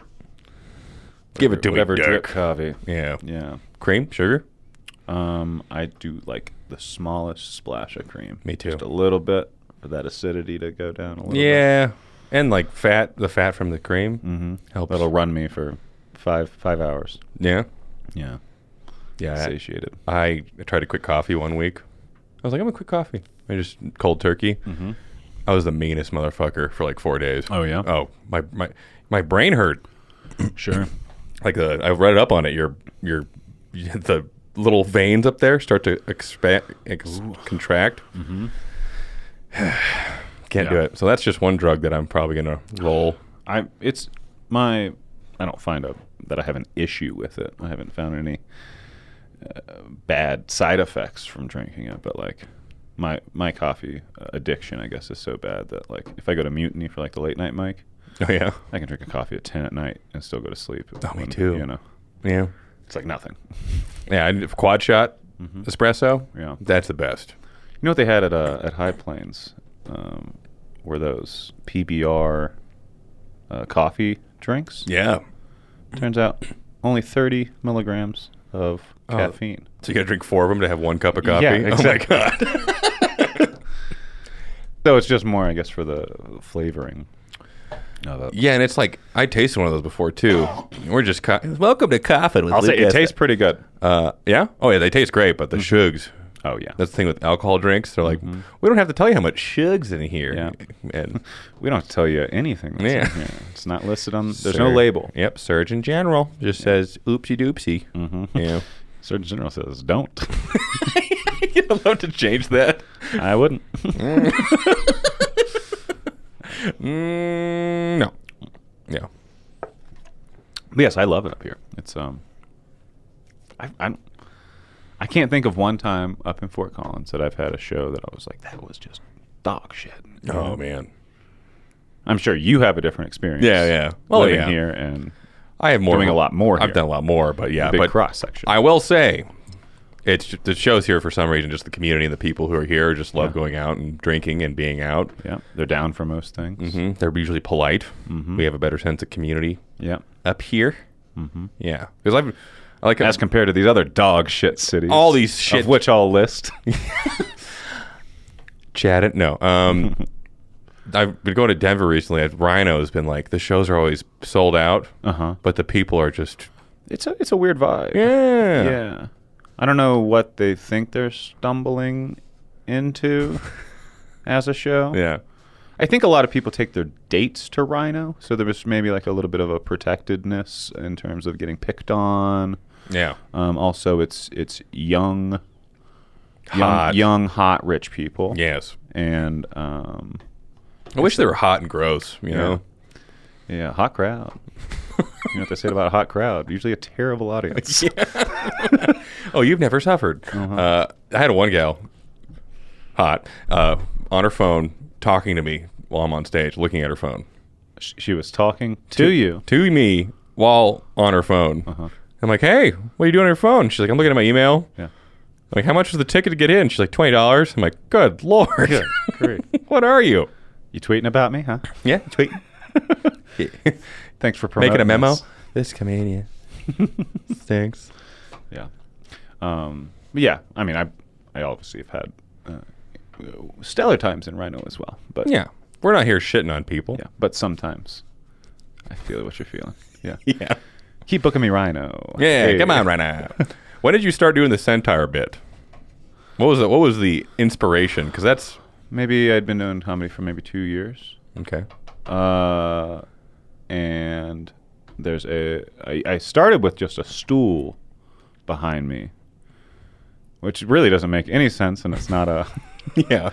[SPEAKER 1] Give it to me,
[SPEAKER 2] whatever
[SPEAKER 1] Dirk.
[SPEAKER 2] drip coffee.
[SPEAKER 1] Yeah.
[SPEAKER 2] Yeah.
[SPEAKER 1] Cream, sugar.
[SPEAKER 2] Um, I do like the smallest splash of cream.
[SPEAKER 1] Me too.
[SPEAKER 2] Just a little bit for that acidity to go down a little.
[SPEAKER 1] Yeah. And like fat, the fat from the cream
[SPEAKER 2] Mm-hmm.
[SPEAKER 1] helps.
[SPEAKER 2] That'll run me for five five hours.
[SPEAKER 1] Yeah.
[SPEAKER 2] Yeah.
[SPEAKER 1] Yeah. I-
[SPEAKER 2] Satiated.
[SPEAKER 1] I tried to quit coffee one week. I was like, I'm gonna quit coffee. I just cold turkey.
[SPEAKER 2] Mm-hmm.
[SPEAKER 1] I was the meanest motherfucker for like four days.
[SPEAKER 2] Oh, yeah?
[SPEAKER 1] Oh my my my brain hurt.
[SPEAKER 2] Sure.
[SPEAKER 1] Like the I read up on it. Your your the little veins up there start to expand ex- contract. Mm-hmm. Can't do
[SPEAKER 2] Yeah.
[SPEAKER 1] it. So that's just one drug that I'm probably gonna roll.
[SPEAKER 2] I it's my I don't find a that I have an issue with it. I haven't found any uh, bad side effects from drinking it, but like my my coffee uh, addiction, I guess, is so bad that like if I go to mutiny for like the late night mic,
[SPEAKER 1] Oh yeah,
[SPEAKER 2] I can drink a coffee at ten at night and still go to sleep.
[SPEAKER 1] Oh, me
[SPEAKER 2] When,
[SPEAKER 1] too.
[SPEAKER 2] You know,
[SPEAKER 1] yeah,
[SPEAKER 2] it's like nothing.
[SPEAKER 1] yeah. And if quad shot
[SPEAKER 2] Mm-hmm.
[SPEAKER 1] espresso.
[SPEAKER 2] Yeah.
[SPEAKER 1] that's the best.
[SPEAKER 2] You know what they had at uh, at High Plains um, were those PBR uh, coffee drinks.
[SPEAKER 1] Yeah.
[SPEAKER 2] Turns out only 30 milligrams of
[SPEAKER 1] Oh.
[SPEAKER 2] caffeine.
[SPEAKER 1] So you gotta drink four of them to have one cup of coffee.
[SPEAKER 2] Yeah, exactly.
[SPEAKER 1] Oh my god.
[SPEAKER 2] So it's just more, I guess, for the flavoring. No,
[SPEAKER 1] Yeah, and it's like I tasted one of those before too. We're just co- welcome to coffin. With
[SPEAKER 2] I'll say it
[SPEAKER 1] Lucas.
[SPEAKER 2] tastes pretty good.
[SPEAKER 1] Uh, yeah. Oh yeah, they taste great, but the sugars.
[SPEAKER 2] Oh, yeah.
[SPEAKER 1] That's the thing with alcohol drinks. They're like, we don't have to tell you how much sugars in here.
[SPEAKER 2] Mm-hmm. Yeah.
[SPEAKER 1] And
[SPEAKER 2] we don't have to tell you anything. That's
[SPEAKER 1] Yeah.
[SPEAKER 2] in here. It's not listed on, there's no
[SPEAKER 1] Sur-
[SPEAKER 2] label.
[SPEAKER 1] Yep. Surgeon General just says oopsie doopsie.
[SPEAKER 2] Mm-hmm.
[SPEAKER 1] Yeah.
[SPEAKER 2] Surgeon General says, don't.
[SPEAKER 1] You'd love to change that.
[SPEAKER 2] I wouldn't.
[SPEAKER 1] Mm, no. Yeah.
[SPEAKER 2] But yes, I love it up here. It's, um, I, I'm, I can't think of one time up in Fort Collins that I've had a show that I was like, that was just dog shit. You know?
[SPEAKER 1] Oh man.
[SPEAKER 2] I'm sure you have a different experience.
[SPEAKER 1] Yeah, yeah. Oh,
[SPEAKER 2] living
[SPEAKER 1] yeah.
[SPEAKER 2] here and
[SPEAKER 1] I have more.
[SPEAKER 2] Doing a lot more
[SPEAKER 1] I've
[SPEAKER 2] here.
[SPEAKER 1] done a lot more, but yeah.
[SPEAKER 2] big
[SPEAKER 1] but
[SPEAKER 2] cross section.
[SPEAKER 1] I will say, it's ju- the shows here for some reason. Just the community and the people who are here just love
[SPEAKER 2] Yeah.
[SPEAKER 1] going out and drinking and being out.
[SPEAKER 2] Yeah, they're down for most things.
[SPEAKER 1] hmm They're usually polite.
[SPEAKER 2] Mm-hmm.
[SPEAKER 1] We have a better sense of community
[SPEAKER 2] Yeah,
[SPEAKER 1] up here. Mm-hmm. Yeah, because I've I like
[SPEAKER 2] as compared to these other dog shit cities,
[SPEAKER 1] All these shit-
[SPEAKER 2] of which I'll list.
[SPEAKER 1] chat it. No, um, I've been going to Denver recently. and Rhino has been like the shows are always sold out,
[SPEAKER 2] uh huh.
[SPEAKER 1] but the people are just
[SPEAKER 2] It's a it's a weird vibe.
[SPEAKER 1] yeah.
[SPEAKER 2] yeah. I don't know what they think they're stumbling into as a show.
[SPEAKER 1] Yeah.
[SPEAKER 2] I think a lot of people take their dates to Rhino, so there was maybe like a little bit of a protectedness in terms of getting picked on.
[SPEAKER 1] Yeah.
[SPEAKER 2] Um, also, it's it's young, young,
[SPEAKER 1] Hot.
[SPEAKER 2] young, hot, rich people.
[SPEAKER 1] Yes.
[SPEAKER 2] and um,
[SPEAKER 1] I wish they were hot and gross. You know.
[SPEAKER 2] yeah, hot crowd. you know what they said about a hot crowd? Usually a terrible audience.
[SPEAKER 1] Oh, you've never suffered. Uh, I had one gal, hot, uh, on her phone talking to me while I'm on stage, looking at her phone
[SPEAKER 2] Sh- She was talking to you. Uh-huh.
[SPEAKER 1] to me while on her phone. I'm like, "Hey, what are you doing on your phone?" She's like, "I'm looking at my email."
[SPEAKER 2] Yeah.
[SPEAKER 1] I'm like, "How much was the ticket to get in?" She's like, 20 dollars." I'm like, "Good lord,
[SPEAKER 2] Great.
[SPEAKER 1] what are you?"
[SPEAKER 2] You tweeting about me, huh?
[SPEAKER 1] Yeah, tweet,
[SPEAKER 2] Thanks for promoting
[SPEAKER 1] making a memo.
[SPEAKER 2] this.
[SPEAKER 1] This comedian stinks.
[SPEAKER 2] Yeah. Um, but yeah, I mean, I I obviously have had uh, stellar times in Rhino as well, but
[SPEAKER 1] Yeah, we're not here shitting on people.
[SPEAKER 2] yeah, but sometimes I feel what you're feeling. Yeah.
[SPEAKER 1] yeah.
[SPEAKER 2] Keep booking me, Rhino.
[SPEAKER 1] Yeah,
[SPEAKER 2] Hey.
[SPEAKER 1] come on right now. When did you start doing the centaur bit? What was the, what was the inspiration? Because that's
[SPEAKER 2] Maybe I'd been doing comedy for maybe two years.
[SPEAKER 1] okay.
[SPEAKER 2] Uh, and there's a I, I started with just a stool behind me, which really doesn't make any sense, and it's not a
[SPEAKER 1] Yeah,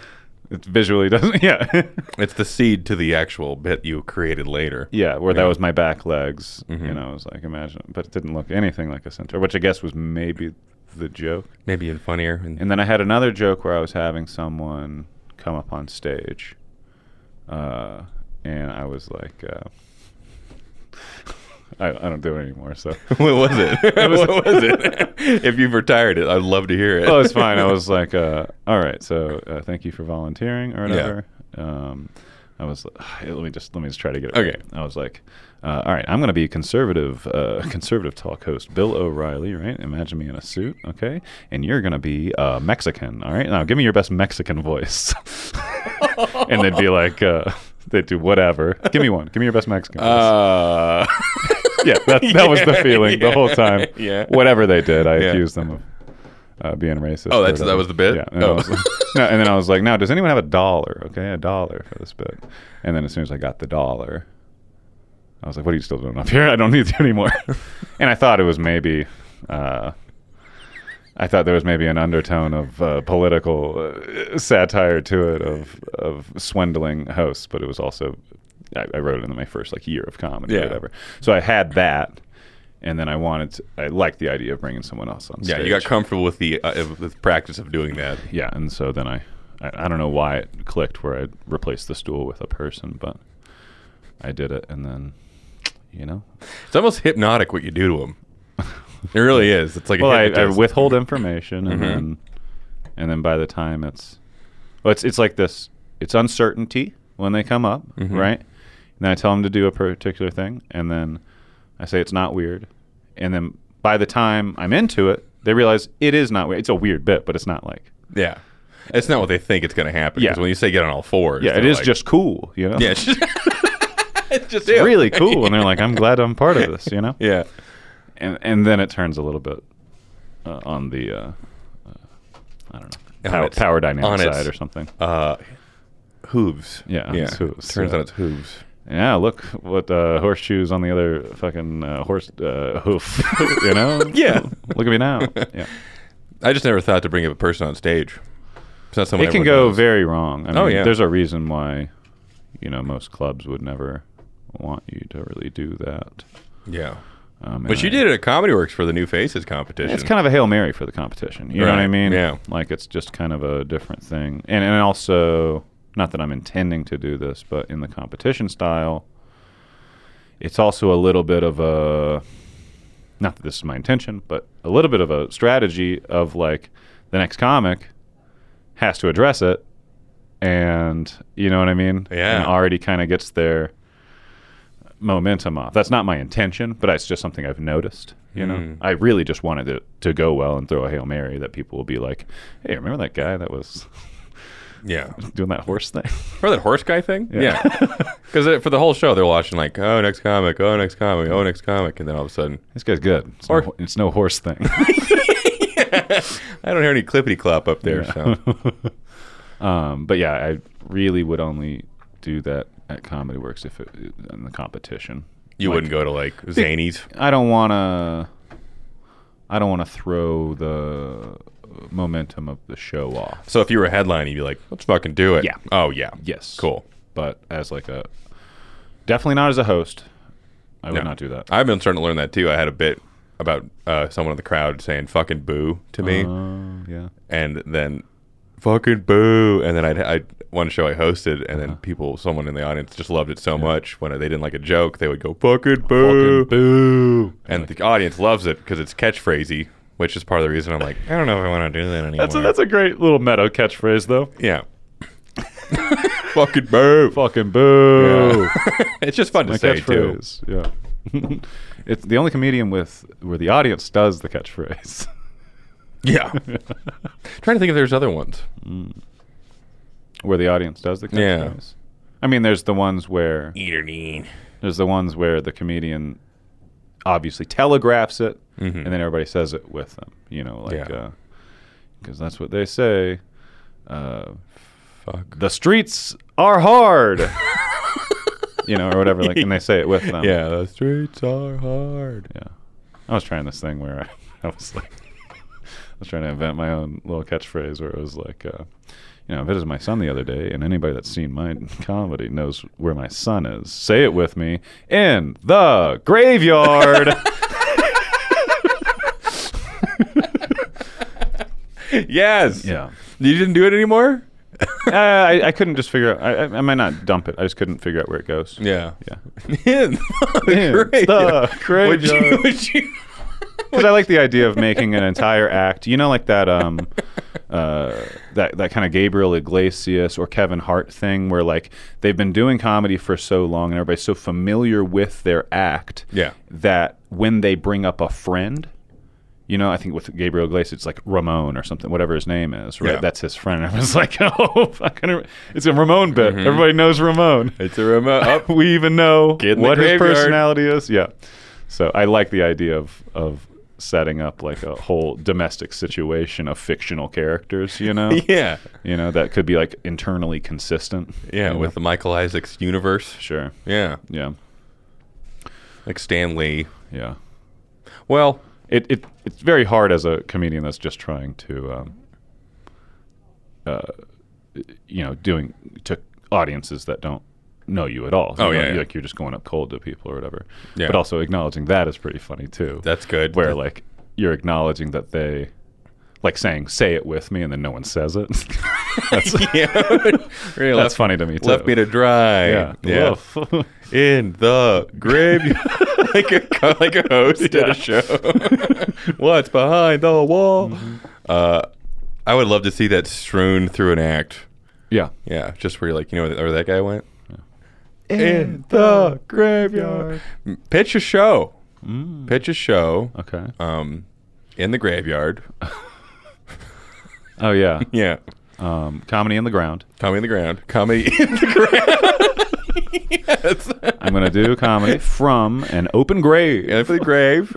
[SPEAKER 2] it visually doesn't yeah
[SPEAKER 1] it's the seed to the actual bit you created later.
[SPEAKER 2] yeah where that
[SPEAKER 1] Yeah.
[SPEAKER 2] was my back legs
[SPEAKER 1] Mhm.
[SPEAKER 2] you know I was like imagine but it didn't look anything like a centaur, which I guess was maybe the joke.
[SPEAKER 1] Maybe in funnier and,
[SPEAKER 2] And then I had another joke where I was having someone come up on stage, uh, and I was like, uh, I, I don't do it anymore. So
[SPEAKER 1] what was it?
[SPEAKER 2] It was-
[SPEAKER 1] what was it? if you've retired it, I'd love to hear it.
[SPEAKER 2] oh, it's fine. I was like, uh, all right. So uh, thank you for volunteering or
[SPEAKER 1] Yeah.
[SPEAKER 2] whatever. Um, I was let me just let me just try to get it.
[SPEAKER 1] Okay.
[SPEAKER 2] right. I was like, uh, all right. I'm going to be conservative, uh, conservative talk host Bill O'Reilly. Right. Imagine me in a suit. Okay. And you're going to be uh, Mexican. All right. Now give me your best Mexican voice. and they'd be like, uh, they'd do whatever. Give me one. Give me your best Mexican. voice
[SPEAKER 1] Uh,
[SPEAKER 2] yeah, that, that was the feeling the whole time.
[SPEAKER 1] Yeah.
[SPEAKER 2] Whatever they did, I
[SPEAKER 1] Yeah.
[SPEAKER 2] accused them of uh, being racist.
[SPEAKER 1] Oh,
[SPEAKER 2] or
[SPEAKER 1] that's- that
[SPEAKER 2] whatever.
[SPEAKER 1] was the bit?
[SPEAKER 2] Yeah. And,
[SPEAKER 1] Oh.
[SPEAKER 2] I was like- no, and then I was like, now, does anyone have a dollar? Okay, a dollar for this bit. And then as soon as I got the dollar, I was like, what are you still doing up here? I don't need you anymore. and I thought it was maybe. Uh, I thought there was maybe an undertone of uh, political uh, satire to it of of swindling hosts, but it was also I, I wrote it in my first like year of comedy
[SPEAKER 1] Yeah.
[SPEAKER 2] or whatever. So I had that, and then I wanted to, I liked the idea of bringing someone else on.
[SPEAKER 1] yeah,
[SPEAKER 2] stage.
[SPEAKER 1] you got comfortable with the uh, with practice of doing that.
[SPEAKER 2] yeah, and so then I, I I don't know why it clicked where I replaced the stool with a person, but I did it, and then you know,
[SPEAKER 1] It's almost hypnotic what you do to them. It really is. It's like
[SPEAKER 2] well,
[SPEAKER 1] a
[SPEAKER 2] I, I
[SPEAKER 1] hypnotist.
[SPEAKER 2] withhold information, and
[SPEAKER 1] Mhm.
[SPEAKER 2] then and then by the time it's well, it's it's like this. It's uncertainty when they come up,
[SPEAKER 1] Mhm.
[SPEAKER 2] right? And then I tell them to do a particular thing, and then I say it's not weird, and then by the time I'm into it, they realize it is not weird. It's a weird bit, but it's not like
[SPEAKER 1] Yeah, it's not what they think it's going to happen.
[SPEAKER 2] Yeah.
[SPEAKER 1] Because when you say get on all fours,
[SPEAKER 2] yeah, it
[SPEAKER 1] they're
[SPEAKER 2] is
[SPEAKER 1] like-
[SPEAKER 2] just cool, you know.
[SPEAKER 1] yeah, it's just, it's just
[SPEAKER 2] It's
[SPEAKER 1] him.
[SPEAKER 2] really cool, and they're like, "I'm glad I'm part of this," you know.
[SPEAKER 1] yeah.
[SPEAKER 2] And and then it turns a little bit uh, on the uh, uh, I don't know
[SPEAKER 1] On
[SPEAKER 2] power,
[SPEAKER 1] its-
[SPEAKER 2] power dynamic
[SPEAKER 1] on its-
[SPEAKER 2] side or something.
[SPEAKER 1] Uh, hooves.
[SPEAKER 2] Yeah, on
[SPEAKER 1] yeah.
[SPEAKER 2] its hooves,
[SPEAKER 1] Turns
[SPEAKER 2] yeah.
[SPEAKER 1] on its hooves.
[SPEAKER 2] Yeah, look what uh, horseshoes on the other fucking uh, horse uh, hoof. you know?
[SPEAKER 1] Yeah.
[SPEAKER 2] Look at me now. Yeah.
[SPEAKER 1] I just never thought to bring up a person on stage. It's not someone
[SPEAKER 2] It can
[SPEAKER 1] everyone
[SPEAKER 2] go
[SPEAKER 1] knows.
[SPEAKER 2] very wrong. I mean,
[SPEAKER 1] Oh, yeah.
[SPEAKER 2] There's a reason why, you know, most clubs would never want you to really do that.
[SPEAKER 1] Yeah,
[SPEAKER 2] Um,
[SPEAKER 1] but
[SPEAKER 2] and
[SPEAKER 1] you
[SPEAKER 2] I-
[SPEAKER 1] did it at Comedy Works for the New Faces competition.
[SPEAKER 2] It's kind of a hail mary for the competition. You know what
[SPEAKER 1] Right,
[SPEAKER 2] I mean?
[SPEAKER 1] yeah.
[SPEAKER 2] Like it's just kind of a different thing, and and also not that I'm intending to do this, but in the competition style, it's also a little bit of a not that this is my intention, but a little bit of a strategy of like the next comic has to address it, and you know what I mean?
[SPEAKER 1] Yeah.
[SPEAKER 2] And already kind of gets their momentum off. That's not my intention, but it's just something I've noticed. You know,
[SPEAKER 1] Mm.
[SPEAKER 2] I really just wanted it to go well and throw a hail mary that people will be like, "Hey, remember that guy that was
[SPEAKER 1] yeah.
[SPEAKER 2] doing that horse thing?"
[SPEAKER 1] Remember that horse guy thing?
[SPEAKER 2] Yeah.
[SPEAKER 1] Because for the whole show, they're watching like, oh, next comic, oh, next comic, oh, next comic, and then all of a sudden,
[SPEAKER 2] This guy's good. It's,
[SPEAKER 1] Or-
[SPEAKER 2] no, it's no horse thing.
[SPEAKER 1] I don't hear any clippity clop up there. So
[SPEAKER 2] um, but yeah, I really would only do that at Comedy Works if it in the competition.
[SPEAKER 1] you
[SPEAKER 2] Like-
[SPEAKER 1] wouldn't go to like Zanies.
[SPEAKER 2] I don't want to. I don't want to throw the momentum of the show off.
[SPEAKER 1] So if you were a headline, you'd be like, let's fucking do it.
[SPEAKER 2] Yeah.
[SPEAKER 1] Oh yeah.
[SPEAKER 2] Yes.
[SPEAKER 1] Cool.
[SPEAKER 2] But as like a, definitely not as a host. I would
[SPEAKER 1] No.
[SPEAKER 2] not do that.
[SPEAKER 1] I've been starting to learn that too. I had a bit about uh, someone in the crowd saying "fucking boo" to me,
[SPEAKER 2] Uh, yeah.
[SPEAKER 1] and then "fucking boo," and then I'd, i one show I hosted, and
[SPEAKER 2] Uh-huh.
[SPEAKER 1] then people, someone in the audience just loved it so much when they didn't like a joke, they would go "fucking boo,"
[SPEAKER 2] Fucking boo.
[SPEAKER 1] and the audience loves it because it's catchphrasy, which is part of the reason I'm like, I don't know if I want to do that anymore.
[SPEAKER 2] That's a, that's a great little meadow catchphrase though.
[SPEAKER 1] yeah. fucking boo.
[SPEAKER 2] Fucking boo.
[SPEAKER 1] it's just fun to
[SPEAKER 2] My
[SPEAKER 1] say too.
[SPEAKER 2] catchphrase. Yeah. it's the only comedian with where the audience does the catchphrase.
[SPEAKER 1] Yeah. Trying to think if there's other ones.
[SPEAKER 2] where the audience does the
[SPEAKER 1] Yeah.
[SPEAKER 2] catchphrase. I mean, there's the ones where
[SPEAKER 1] Eater Dean.
[SPEAKER 2] there's the ones where the comedian obviously telegraphs it,
[SPEAKER 1] Mhm.
[SPEAKER 2] and then everybody says it with them. You know, like
[SPEAKER 1] Yeah.
[SPEAKER 2] because that's what they say. Uh,
[SPEAKER 1] Fuck.
[SPEAKER 2] the streets are hard. you know, or whatever. Like, and they say it with them.
[SPEAKER 1] yeah, the streets are hard.
[SPEAKER 2] Yeah. I was trying this thing where I, I was like, I was trying to invent my own little catchphrase where it was like, uh, you know, I visited my son the other day, and anybody that's seen my comedy knows where my son is. Say it with me in the graveyard.
[SPEAKER 1] yes.
[SPEAKER 2] yeah.
[SPEAKER 1] You didn't do it anymore?
[SPEAKER 2] Uh, I, I couldn't just figure out, I, I, I might not dump it. I just couldn't figure out where it goes.
[SPEAKER 1] Yeah.
[SPEAKER 2] Yeah.
[SPEAKER 1] In
[SPEAKER 2] In
[SPEAKER 1] the
[SPEAKER 2] the
[SPEAKER 1] Would you,
[SPEAKER 2] graveyard.
[SPEAKER 1] would you,
[SPEAKER 2] because I like the idea of making an entire act. You know, like that um, uh, that that kind of Gabriel Iglesias or Kevin Hart thing, where like they've been doing comedy for so long and everybody's so familiar with their act,
[SPEAKER 1] Yeah.
[SPEAKER 2] that when they bring up a friend. You know, I think with Gabriel Iglesias, it's like Ramon or something, whatever his name is, right?
[SPEAKER 1] Yeah.
[SPEAKER 2] That's his friend. I was like, oh, fucking, it's a Ramon bit.
[SPEAKER 1] Mm-hmm.
[SPEAKER 2] Everybody knows Ramon.
[SPEAKER 1] it's a oh, remote
[SPEAKER 2] Up, we even know
[SPEAKER 1] Get in the
[SPEAKER 2] what his
[SPEAKER 1] graveyard.
[SPEAKER 2] personality is. Yeah. So I like the idea of of setting up like a whole domestic situation of fictional characters, you know?
[SPEAKER 1] yeah.
[SPEAKER 2] You know, that could be like internally consistent.
[SPEAKER 1] Yeah,
[SPEAKER 2] you
[SPEAKER 1] with
[SPEAKER 2] know?
[SPEAKER 1] the Michael Isaacs universe.
[SPEAKER 2] sure.
[SPEAKER 1] Yeah.
[SPEAKER 2] Yeah.
[SPEAKER 1] Like Stan Lee.
[SPEAKER 2] Yeah.
[SPEAKER 1] Well,
[SPEAKER 2] It, it it's very hard as a comedian that's just trying to um, uh, you know, doing to audiences that don't know you at all.
[SPEAKER 1] Oh,
[SPEAKER 2] You know,
[SPEAKER 1] yeah,
[SPEAKER 2] you-
[SPEAKER 1] yeah.
[SPEAKER 2] like you're just going up cold to people or whatever.
[SPEAKER 1] Yeah.
[SPEAKER 2] But also acknowledging that is pretty funny too.
[SPEAKER 1] that's good.
[SPEAKER 2] where like you're acknowledging that they like saying say it with me and then no one says it that's,
[SPEAKER 1] yeah. really
[SPEAKER 2] that's
[SPEAKER 1] left,
[SPEAKER 2] funny to me too
[SPEAKER 1] Left me to dry.
[SPEAKER 2] yeah,
[SPEAKER 1] Yeah.
[SPEAKER 2] Woof.
[SPEAKER 1] In the graveyard. like, a, co- like a host at
[SPEAKER 2] Yeah.
[SPEAKER 1] a show. What's behind the wall?
[SPEAKER 2] Mm-hmm.
[SPEAKER 1] Uh, I would love to see that strewn through an act.
[SPEAKER 2] yeah
[SPEAKER 1] Yeah, just where you're like, you know where that guy went?
[SPEAKER 2] in
[SPEAKER 1] the graveyard. Pitch a show.
[SPEAKER 2] Mm.
[SPEAKER 1] Pitch a show
[SPEAKER 2] okay
[SPEAKER 1] um, in the graveyard.
[SPEAKER 2] oh yeah
[SPEAKER 1] Yeah.
[SPEAKER 2] um, comedy in the ground
[SPEAKER 1] Comedy in the ground. Comedy in the ground. yes.
[SPEAKER 2] i'm gonna do comedy from an open grave
[SPEAKER 1] And for the grave.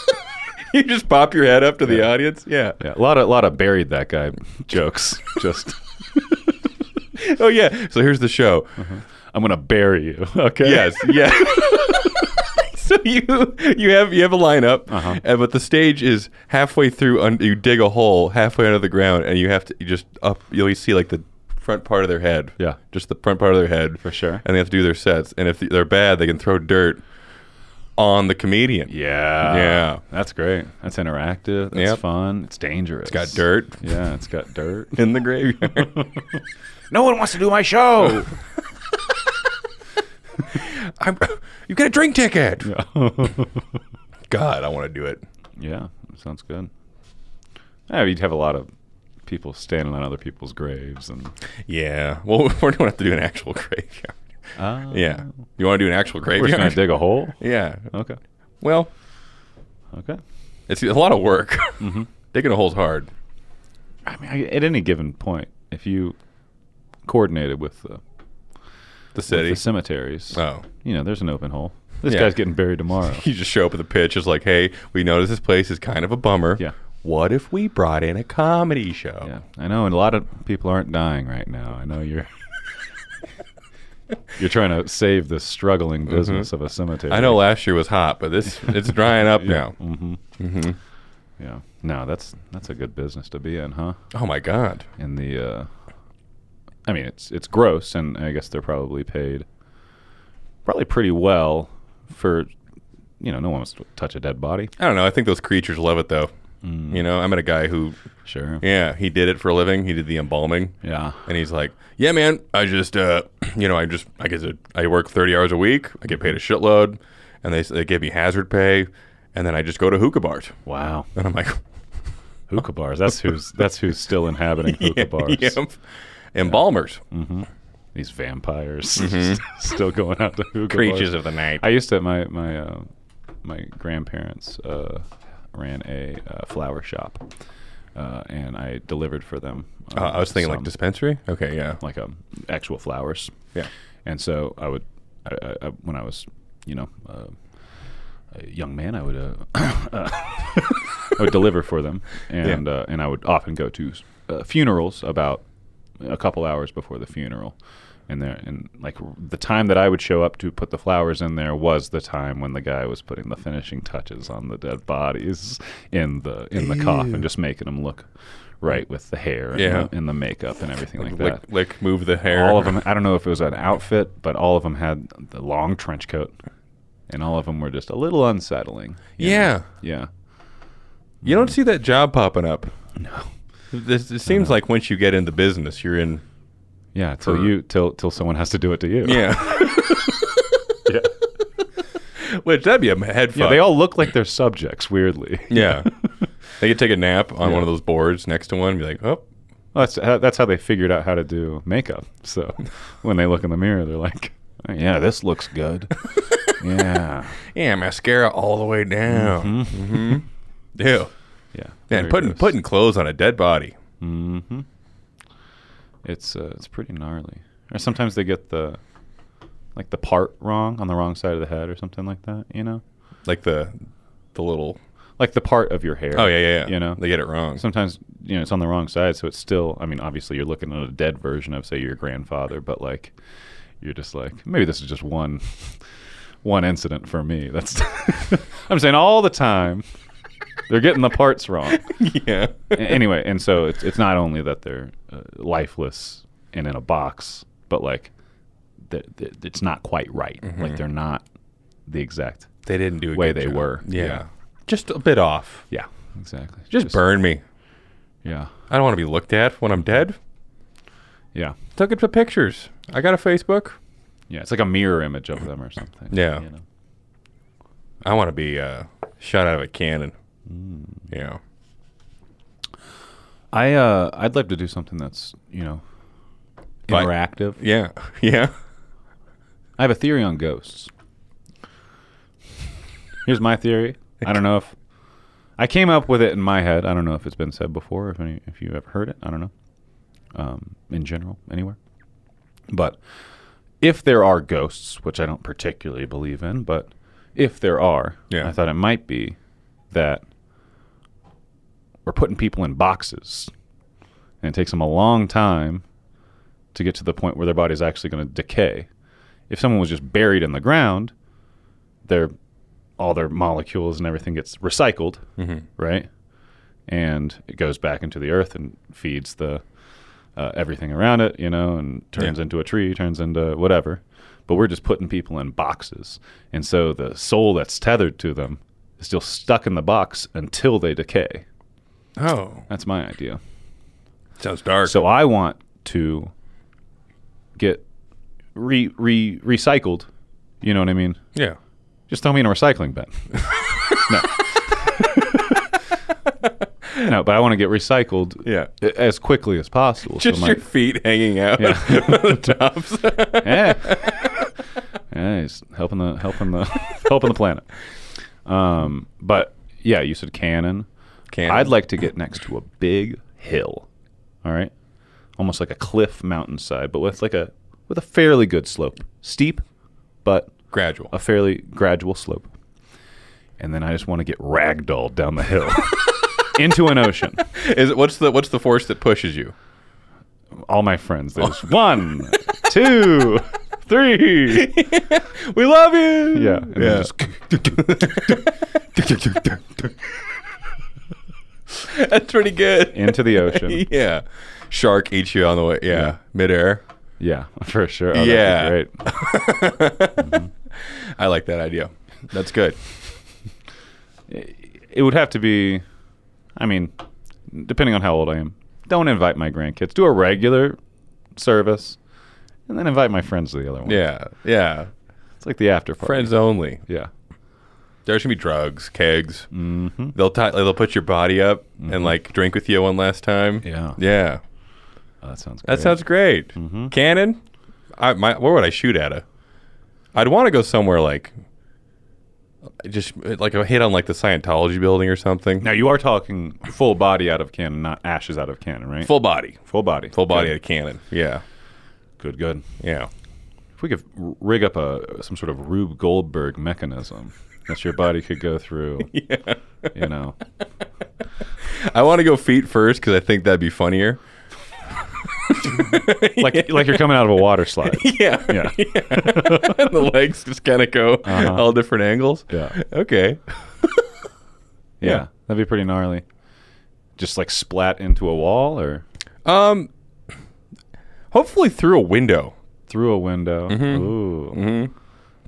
[SPEAKER 1] you just pop your head up to the
[SPEAKER 2] Yeah.
[SPEAKER 1] audience. Yeah.
[SPEAKER 2] yeah a lot of lot of buried that guy jokes just
[SPEAKER 1] Oh, yeah. So here's the show.
[SPEAKER 2] i'm gonna bury you okay
[SPEAKER 1] Yes. Yeah. So you you have you have a lineup,
[SPEAKER 2] Uh-huh.
[SPEAKER 1] and but the stage is halfway through. Un- you dig a hole halfway under the ground, and you have to you just up. You always see like the front part of their head.
[SPEAKER 2] Yeah.
[SPEAKER 1] just the front part of their head
[SPEAKER 2] For sure.
[SPEAKER 1] And they have to do their sets, and if they're bad, they can throw dirt on the comedian.
[SPEAKER 2] yeah
[SPEAKER 1] Yeah.
[SPEAKER 2] that's great that's interactive that's
[SPEAKER 1] Yep.
[SPEAKER 2] fun it's dangerous
[SPEAKER 1] It's got dirt
[SPEAKER 2] yeah it's got dirt
[SPEAKER 1] in the graveyard.
[SPEAKER 2] no one wants to do my show
[SPEAKER 1] Oh. I'm, you get a drink ticket. God, I want to do it.
[SPEAKER 2] Yeah, that sounds good. Yeah, you'd have a lot of people standing on other people's graves and
[SPEAKER 1] Yeah. Well, we're gonna have to do an actual graveyard. Ah. Yeah. You want to do an actual
[SPEAKER 2] we're just gonna
[SPEAKER 1] graveyard?
[SPEAKER 2] dig a hole.
[SPEAKER 1] Yeah.
[SPEAKER 2] Okay,
[SPEAKER 1] Well,
[SPEAKER 2] okay.
[SPEAKER 1] it's a lot of work.
[SPEAKER 2] Mm-hmm.
[SPEAKER 1] Digging a hole's hard.
[SPEAKER 2] I mean, I, at any given point, if you coordinated with the,
[SPEAKER 1] The
[SPEAKER 2] with
[SPEAKER 1] city.
[SPEAKER 2] the cemeteries,
[SPEAKER 1] oh.
[SPEAKER 2] you know, there's an open hole. This
[SPEAKER 1] Yeah.
[SPEAKER 2] guy's getting buried tomorrow.
[SPEAKER 1] You just show up with a pitch. It's like, hey, we notice this place is kind of a bummer.
[SPEAKER 2] Yeah.
[SPEAKER 1] What if we brought in a comedy show?
[SPEAKER 2] yeah, I know, and a lot of people aren't dying right now. I know you're. You're trying to save this struggling business of a cemetery.
[SPEAKER 1] Mm-hmm. I know last year was hot, but this it's drying up now.
[SPEAKER 2] Yeah. No, that's that's a good business to be in, huh?
[SPEAKER 1] Oh my god.
[SPEAKER 2] in the uh I mean it's it's gross and I guess they're probably paid probably pretty well for you know, no one wants to touch a dead body.
[SPEAKER 1] I don't know. I think those creatures love it though.
[SPEAKER 2] Mm.
[SPEAKER 1] You know, I met a guy who,
[SPEAKER 2] Sure.
[SPEAKER 1] yeah, he did it for a living. He did the embalming.
[SPEAKER 2] Yeah.
[SPEAKER 1] And he's like, "Yeah, man, I just, uh, you know, I just, I guess it- I work thirty hours a week. I get paid a shitload, and they they give me hazard pay, and then I just go to hookah bars."
[SPEAKER 2] Wow.
[SPEAKER 1] And I'm like,
[SPEAKER 2] Hookah bars. That's who's that's who's still inhabiting hookah
[SPEAKER 1] yeah,
[SPEAKER 2] bars.
[SPEAKER 1] yep. embalmers,
[SPEAKER 2] These vampires
[SPEAKER 1] Mm-hmm.
[SPEAKER 2] still going out to hookah bars.
[SPEAKER 1] of the night.
[SPEAKER 2] I used to my my uh, my grandparents uh, ran a uh, flower shop. Uh, and I delivered for them. um,
[SPEAKER 1] uh, I was thinking
[SPEAKER 2] some-
[SPEAKER 1] like dispensary. Okay, yeah,
[SPEAKER 2] like um, actual flowers.
[SPEAKER 1] yeah,
[SPEAKER 2] And so I would, I, I, I, when I was, you know, uh, a young man, I would uh, uh, I would deliver for them, and uh, and I would often go to uh, funerals about a couple hours before the funeral, and there and like the time that I would show up to put the flowers in there was the time when the guy was putting the finishing touches on the dead bodies in the in the coffin, just making them look right with the hair and,
[SPEAKER 1] Yeah.
[SPEAKER 2] the, and the makeup and everything like that.
[SPEAKER 1] Lick, lick, move the hair.
[SPEAKER 2] All of them. I don't know if it was an outfit, but all of them had the long trench coat, and all of them were just a little unsettling. you know?
[SPEAKER 1] Yeah.
[SPEAKER 2] Yeah.
[SPEAKER 1] You don't see that job popping up.
[SPEAKER 2] No.
[SPEAKER 1] This, it seems like once you get in the business, you're in.
[SPEAKER 2] Yeah. Till
[SPEAKER 1] For-
[SPEAKER 2] you till till someone has to do it to you.
[SPEAKER 1] Yeah.
[SPEAKER 2] yeah.
[SPEAKER 1] Which that'd be a head
[SPEAKER 2] Yeah,
[SPEAKER 1] fuck.
[SPEAKER 2] They all look like their subjects. Weirdly.
[SPEAKER 1] Yeah. they could take a nap on
[SPEAKER 2] Yeah.
[SPEAKER 1] one of those boards next to one and be like, oh,
[SPEAKER 2] Well, that's how, that's how they figured out how to do makeup. So when they look in the mirror, they're like, "Oh, "Yeah, this looks good." yeah.
[SPEAKER 1] yeah, mascara all the way down. Mm-hmm. Ew.
[SPEAKER 2] Yeah.
[SPEAKER 1] Yeah, and putting, putting clothes on a dead body.
[SPEAKER 2] hmm It's uh, it's pretty gnarly. Or sometimes they get the like the part wrong on the wrong side of the head or something like that. You know,
[SPEAKER 1] Like the the little.
[SPEAKER 2] like the part of your hair.
[SPEAKER 1] Oh, yeah, yeah, yeah.
[SPEAKER 2] You know?
[SPEAKER 1] They get it wrong.
[SPEAKER 2] Sometimes you know it's on the wrong side, so it's still. I mean, obviously you're looking at a dead version of say your grandfather, but like you're just like maybe this is just one one incident for me. That's I'm saying all the time they're getting the parts wrong.
[SPEAKER 1] yeah.
[SPEAKER 2] A- anyway, and so it's, it's not only that they're uh, lifeless and in a box, but like th th it's not quite right.
[SPEAKER 1] Mm-hmm.
[SPEAKER 2] Like they're not the exact.
[SPEAKER 1] they didn't do a
[SPEAKER 2] way
[SPEAKER 1] good
[SPEAKER 2] they
[SPEAKER 1] job.
[SPEAKER 2] were.
[SPEAKER 1] Yeah.
[SPEAKER 2] Yeah.
[SPEAKER 1] Just a bit off.
[SPEAKER 2] Yeah, exactly.
[SPEAKER 1] Just, burn me.
[SPEAKER 2] Yeah,
[SPEAKER 1] I don't want to be looked at when I'm dead.
[SPEAKER 2] yeah,
[SPEAKER 1] Took it for pictures. I got a Facebook.
[SPEAKER 2] yeah. It's like a mirror image of them or something.
[SPEAKER 1] Yeah.
[SPEAKER 2] you know?
[SPEAKER 1] I want to be uh, shot out of a cannon. Yeah.
[SPEAKER 2] Mm. I uh, I'd like to do something that's you know
[SPEAKER 1] Like-
[SPEAKER 2] interactive.
[SPEAKER 1] Yeah. Yeah.
[SPEAKER 2] I have a theory on ghosts. Here's my theory. I don't know if I came up with it in my head. I don't know if it's been said before. If any, if you ever heard it, I don't know. Um, in general, anywhere. But if there are ghosts, which I don't particularly believe in, but if there are,
[SPEAKER 1] Yeah.
[SPEAKER 2] I thought it might be that we're putting people in boxes, and it takes them a long time to get to the point where their body's actually going to decay. If someone was just buried in the ground, their all their molecules and everything gets recycled,
[SPEAKER 1] Mm-hmm.
[SPEAKER 2] right? And it goes back into the earth and feeds the uh, everything around it, you know, and turns
[SPEAKER 1] Yeah.
[SPEAKER 2] into a tree, turns into whatever. But we're just putting people in boxes, and so the soul that's tethered to them is still stuck in the box until they decay.
[SPEAKER 1] Oh.
[SPEAKER 2] That's my idea.
[SPEAKER 1] Sounds dark.
[SPEAKER 2] So I want to get re, re recycled. You know what I mean?
[SPEAKER 1] yeah.
[SPEAKER 2] Just throw me in a recycling bin. no. no, but I want to get recycled
[SPEAKER 1] Yeah.
[SPEAKER 2] a- as quickly as possible. So
[SPEAKER 1] Just
[SPEAKER 2] my-
[SPEAKER 1] your feet hanging out
[SPEAKER 2] Yeah.
[SPEAKER 1] on the tops.
[SPEAKER 2] yeah. yeah, he's helping the helping the helping the planet. Um, but yeah, you said cannon.
[SPEAKER 1] Cannon.
[SPEAKER 2] I'd like to get next to a big hill. All right, almost like a cliff mountainside, but with like a with a fairly good slope, steep, but
[SPEAKER 1] Gradual.
[SPEAKER 2] a fairly gradual slope. And then I just want to get ragdolled down the hill into an ocean.
[SPEAKER 1] Is it what's the what's the force that pushes you?
[SPEAKER 2] All my friends, there's one, two, three.
[SPEAKER 1] We love you.
[SPEAKER 2] Yeah. and then
[SPEAKER 1] yeah.
[SPEAKER 2] just
[SPEAKER 1] That's pretty good.
[SPEAKER 2] into the ocean.
[SPEAKER 1] Yeah. Shark eats you on the way. Yeah. Midair.
[SPEAKER 2] Yeah, for sure. Oh, that'd be
[SPEAKER 1] Yeah.
[SPEAKER 2] Great.
[SPEAKER 1] I like that idea. That's good.
[SPEAKER 2] It would have to be, I mean, depending on how old I am, don't invite my grandkids. Do a regular service and then invite my friends to the other one.
[SPEAKER 1] Yeah. Yeah.
[SPEAKER 2] It's like the after party.
[SPEAKER 1] Friends only.
[SPEAKER 2] Yeah.
[SPEAKER 1] There's gonna be drugs, kegs. Mm-hmm. They'll tie they'll put your body up and like drink with you one last time.
[SPEAKER 2] Mm-hmm. Yeah.
[SPEAKER 1] yeah,
[SPEAKER 2] Oh, that sounds
[SPEAKER 1] that sounds great.
[SPEAKER 2] Mm-hmm.
[SPEAKER 1] Cannon, I, my, where would I shoot at a? I'd want to go somewhere like, just like a hit on like the Scientology building or something.
[SPEAKER 2] Now, you are talking full body out of cannon, not ashes out of cannon, right?
[SPEAKER 1] Full body,
[SPEAKER 2] full body.
[SPEAKER 1] full body
[SPEAKER 2] Good,
[SPEAKER 1] at a cannon. Yeah,
[SPEAKER 2] good. good.
[SPEAKER 1] yeah.
[SPEAKER 2] If we could r- rig up a some sort of Rube Goldberg mechanism that your body could go through.
[SPEAKER 1] Yeah.
[SPEAKER 2] You know,
[SPEAKER 1] I want to go feet first because I think that'd be funnier.
[SPEAKER 2] like like you're coming out of a water slide.
[SPEAKER 1] Yeah.
[SPEAKER 2] Yeah.
[SPEAKER 1] and the legs just kind of go
[SPEAKER 2] Uh-huh.
[SPEAKER 1] all different angles.
[SPEAKER 2] Yeah.
[SPEAKER 1] Okay.
[SPEAKER 2] Yeah, that'd be pretty gnarly. Just like splat into a wall or
[SPEAKER 1] Um, hopefully through a window.
[SPEAKER 2] through a window. Ooh,
[SPEAKER 1] Mm-hmm.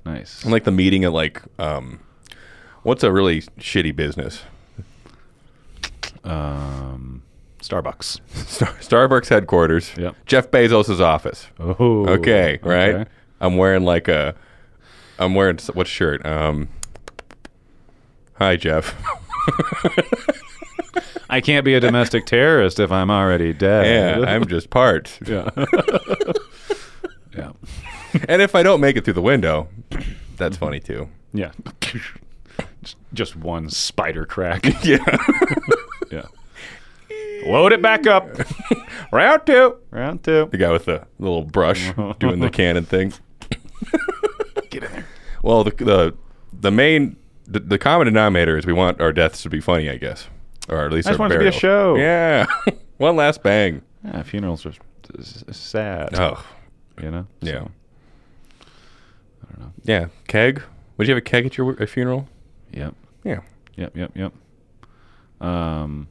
[SPEAKER 2] nice.
[SPEAKER 1] Like the meeting at like, um, what's a really shitty business?
[SPEAKER 2] Um, Starbucks.
[SPEAKER 1] Star- Starbucks headquarters.
[SPEAKER 2] Yep.
[SPEAKER 1] Jeff Bezos' office.
[SPEAKER 2] Oh,
[SPEAKER 1] Okay, right. I'm wearing like a, I'm wearing s- what shirt? Um, hi Jeff.
[SPEAKER 2] I can't be a domestic terrorist if I'm already
[SPEAKER 1] Yeah,
[SPEAKER 2] dead.
[SPEAKER 1] I'm just part.
[SPEAKER 2] yeah. yeah.
[SPEAKER 1] and if I don't make it through the window, that's funny too.
[SPEAKER 2] Yeah. Just- Just one spider crack.
[SPEAKER 1] Yeah.
[SPEAKER 2] yeah. Load it back up.
[SPEAKER 1] Round two.
[SPEAKER 2] Round two.
[SPEAKER 1] The guy with the little brush doing the cannon thing.
[SPEAKER 2] Get in there.
[SPEAKER 1] Well, the the the main the, the common denominator is we want our deaths to be funny, I guess, or at least
[SPEAKER 2] I just
[SPEAKER 1] our
[SPEAKER 2] want it to be a
[SPEAKER 1] burials.
[SPEAKER 2] show.
[SPEAKER 1] Yeah, one last bang.
[SPEAKER 2] Yeah, funerals are s- s- sad.
[SPEAKER 1] Oh,
[SPEAKER 2] You know?
[SPEAKER 1] yeah,
[SPEAKER 2] So, I don't know.
[SPEAKER 1] yeah. Keg? Would you have a keg at your w- a funeral?
[SPEAKER 2] Yep.
[SPEAKER 1] Yeah.
[SPEAKER 2] Yep. Yep. Yep. Um,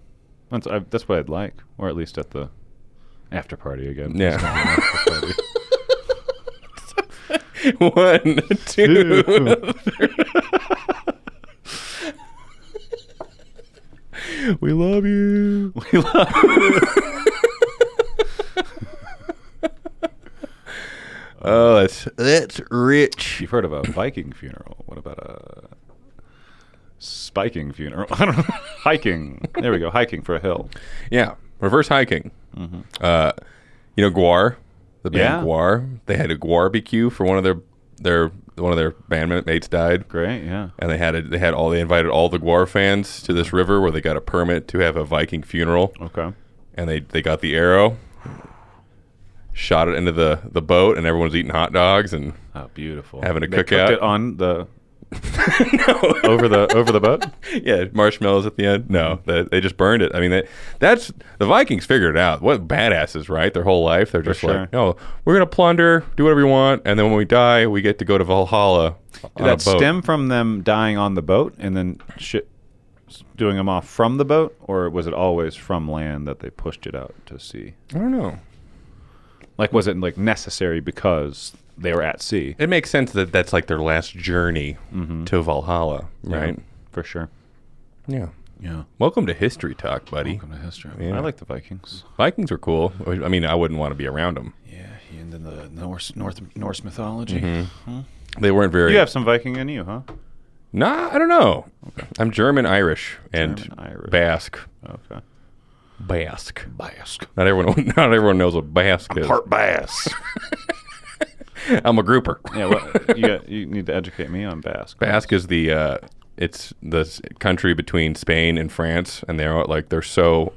[SPEAKER 2] that's I, that's what I'd like, or at least at the after party again.
[SPEAKER 1] Yeah.
[SPEAKER 2] After party.
[SPEAKER 1] One, two, three. we love you.
[SPEAKER 2] We love
[SPEAKER 1] Oh, that's that's rich.
[SPEAKER 2] You've heard of a Viking funeral. What about a spiking funeral? I don't know. Hiking. There we go. Hiking for a hill.
[SPEAKER 1] Yeah, reverse hiking. Uh, you know, Guar, the band
[SPEAKER 2] Yeah.
[SPEAKER 1] Guar. They had a Guar BQ for one of their their one of their bandmates died,
[SPEAKER 2] Great. Yeah.
[SPEAKER 1] and they had a, they had all they invited all the Guar fans to this river where they got a permit to have a Viking funeral,
[SPEAKER 2] Okay.
[SPEAKER 1] and they they got the arrow, shot it into the the boat, and everyone's eating hot dogs and
[SPEAKER 2] Oh, beautiful.
[SPEAKER 1] Having a
[SPEAKER 2] They cooked
[SPEAKER 1] cookout.
[SPEAKER 2] it on the
[SPEAKER 1] no.
[SPEAKER 2] over the over the boat.
[SPEAKER 1] yeah, marshmallows at the end. No, that, they just burned it. I mean, that that's the Vikings figured it out. What badasses, right? Their whole life, they're just
[SPEAKER 2] sure.
[SPEAKER 1] like, no, we're gonna plunder, do whatever we want, and then when we die, we get to go to Valhalla on
[SPEAKER 2] Did that
[SPEAKER 1] a boat.
[SPEAKER 2] stem from them dying on the boat and then shit doing them off from the boat, or was it always from land that they pushed it out to sea?
[SPEAKER 1] I don't know.
[SPEAKER 2] Like, was it like necessary because they were at sea?
[SPEAKER 1] It makes sense that that's like their last journey
[SPEAKER 2] Mm-hmm.
[SPEAKER 1] to Valhalla, right?
[SPEAKER 2] For sure.
[SPEAKER 1] Yeah.
[SPEAKER 2] Yeah.
[SPEAKER 1] Welcome to history talk, buddy.
[SPEAKER 2] Welcome to history.
[SPEAKER 1] Yeah.
[SPEAKER 2] I like the Vikings.
[SPEAKER 1] Vikings were cool. I mean, I wouldn't want to be around them.
[SPEAKER 3] Yeah, and then the Norse North Norse mythology.
[SPEAKER 1] Mm-hmm. They weren't very.
[SPEAKER 2] You have some Viking in you, huh?
[SPEAKER 1] Nah, I don't know. I'm German, Irish, and
[SPEAKER 2] German, Irish.
[SPEAKER 1] Basque.
[SPEAKER 2] Okay.
[SPEAKER 1] Basque.
[SPEAKER 3] Basque.
[SPEAKER 1] Not everyone. Not everyone knows what Basque is.
[SPEAKER 3] Part bass.
[SPEAKER 1] I'm a grouper.
[SPEAKER 2] Yeah, well, you, got, you need to educate me on Basque.
[SPEAKER 1] Basque is the uh, it's the s- country between Spain and France, and they're all- like they're so.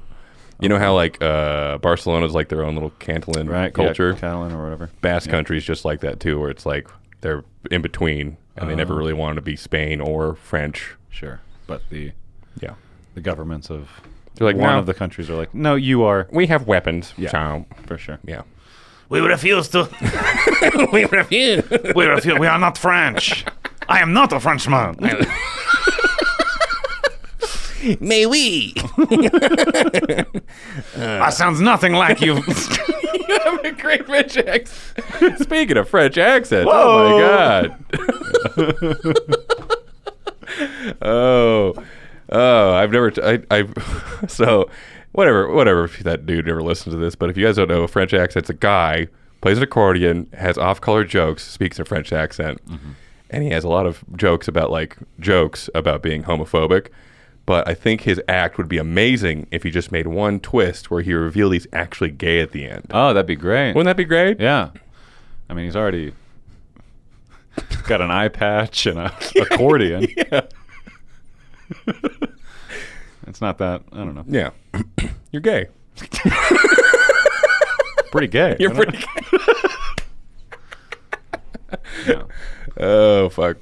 [SPEAKER 1] You know how like uh, Barcelona's like their own little Catalan
[SPEAKER 2] right?
[SPEAKER 1] culture.
[SPEAKER 2] Yeah, Catalan or whatever.
[SPEAKER 1] Basque country's just like that too, where it's like they're in between, and they never
[SPEAKER 2] Oh.
[SPEAKER 1] really wanted to be Spain or French.
[SPEAKER 2] Sure. But the
[SPEAKER 1] Yeah,
[SPEAKER 2] the governments of
[SPEAKER 1] they're like
[SPEAKER 2] one
[SPEAKER 1] no,
[SPEAKER 2] of the countries are like, no, you are
[SPEAKER 1] we have weapons.
[SPEAKER 2] Yeah.
[SPEAKER 1] so,
[SPEAKER 2] for sure.
[SPEAKER 1] yeah.
[SPEAKER 3] We refuse to.
[SPEAKER 1] we refuse.
[SPEAKER 3] We refuse. We are not French. I am not a Frenchman.
[SPEAKER 1] May we?
[SPEAKER 3] I sounds nothing like you.
[SPEAKER 1] you have a great French accent. Speaking of French accents, oh
[SPEAKER 2] Whoa.
[SPEAKER 1] my god. oh, oh, I've never. T- I, I've so whatever, whatever. If that dude never listens to this, but if you guys don't know, a French accent's a guy plays an accordion, has off-color jokes, speaks a French accent, and he has a lot of jokes about like jokes about being homophobic. But I think his act would be amazing if he just made one twist where he revealed he's actually gay at the end.
[SPEAKER 2] Oh, that'd be great.
[SPEAKER 1] Wouldn't that be great?
[SPEAKER 2] Yeah. I mean, he's already got an eye patch and a accordion.
[SPEAKER 1] Yeah.
[SPEAKER 2] It's not that, I don't know.
[SPEAKER 1] Yeah. You're gay.
[SPEAKER 2] Pretty gay.
[SPEAKER 1] You're
[SPEAKER 2] I don't
[SPEAKER 1] pretty gay.
[SPEAKER 2] know.
[SPEAKER 1] Oh, fuck.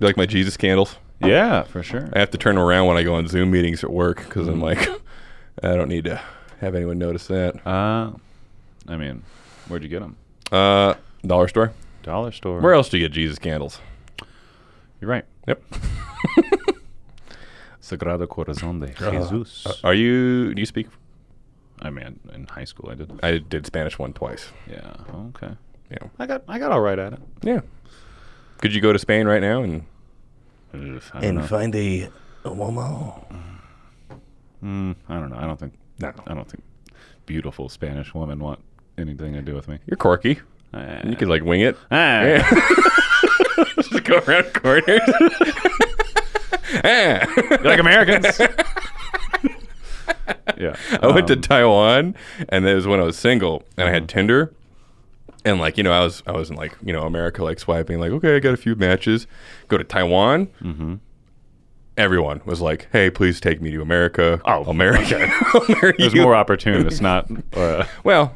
[SPEAKER 1] You like my Jesus candles?
[SPEAKER 2] Yeah, for sure.
[SPEAKER 1] I have to turn around when I go on Zoom meetings at work because I'm like, I don't need to have anyone notice that.
[SPEAKER 2] Uh, I mean, where'd you get them?
[SPEAKER 1] Uh, dollar store.
[SPEAKER 2] Dollar store.
[SPEAKER 1] Where else do you get Jesus candles?
[SPEAKER 2] You're right.
[SPEAKER 1] Yep.
[SPEAKER 2] Sagrado Corazón de Jesus.
[SPEAKER 1] Are you? Do you speak?
[SPEAKER 2] I mean, in high school I did.
[SPEAKER 1] I did Spanish one twice.
[SPEAKER 2] Yeah. Okay.
[SPEAKER 1] Yeah.
[SPEAKER 2] I got I got all right at it.
[SPEAKER 1] Yeah. Could you go to Spain right now and?
[SPEAKER 2] I don't know.
[SPEAKER 4] and find a, a woman.
[SPEAKER 2] Mm, I don't know. I don't think. I don't think beautiful Spanish women want anything to do with me.
[SPEAKER 1] You're quirky.
[SPEAKER 2] Uh,
[SPEAKER 1] You could like wing it.
[SPEAKER 2] ah.
[SPEAKER 1] Just go around corners. Ah.
[SPEAKER 2] You like Americans. yeah.
[SPEAKER 1] I went
[SPEAKER 2] Um,
[SPEAKER 1] to Taiwan, and that was when I was single, and I had
[SPEAKER 2] uh-huh.
[SPEAKER 1] Tinder, and like you know, I was I was in like you know America, like swiping, like okay, I got a few matches. Go to Taiwan. Mm-hmm. Everyone was like, "Hey, please take me to America."
[SPEAKER 2] Oh,
[SPEAKER 1] America! I'll marry
[SPEAKER 2] There's
[SPEAKER 1] you.
[SPEAKER 2] more opportunists, not uh,
[SPEAKER 1] Well,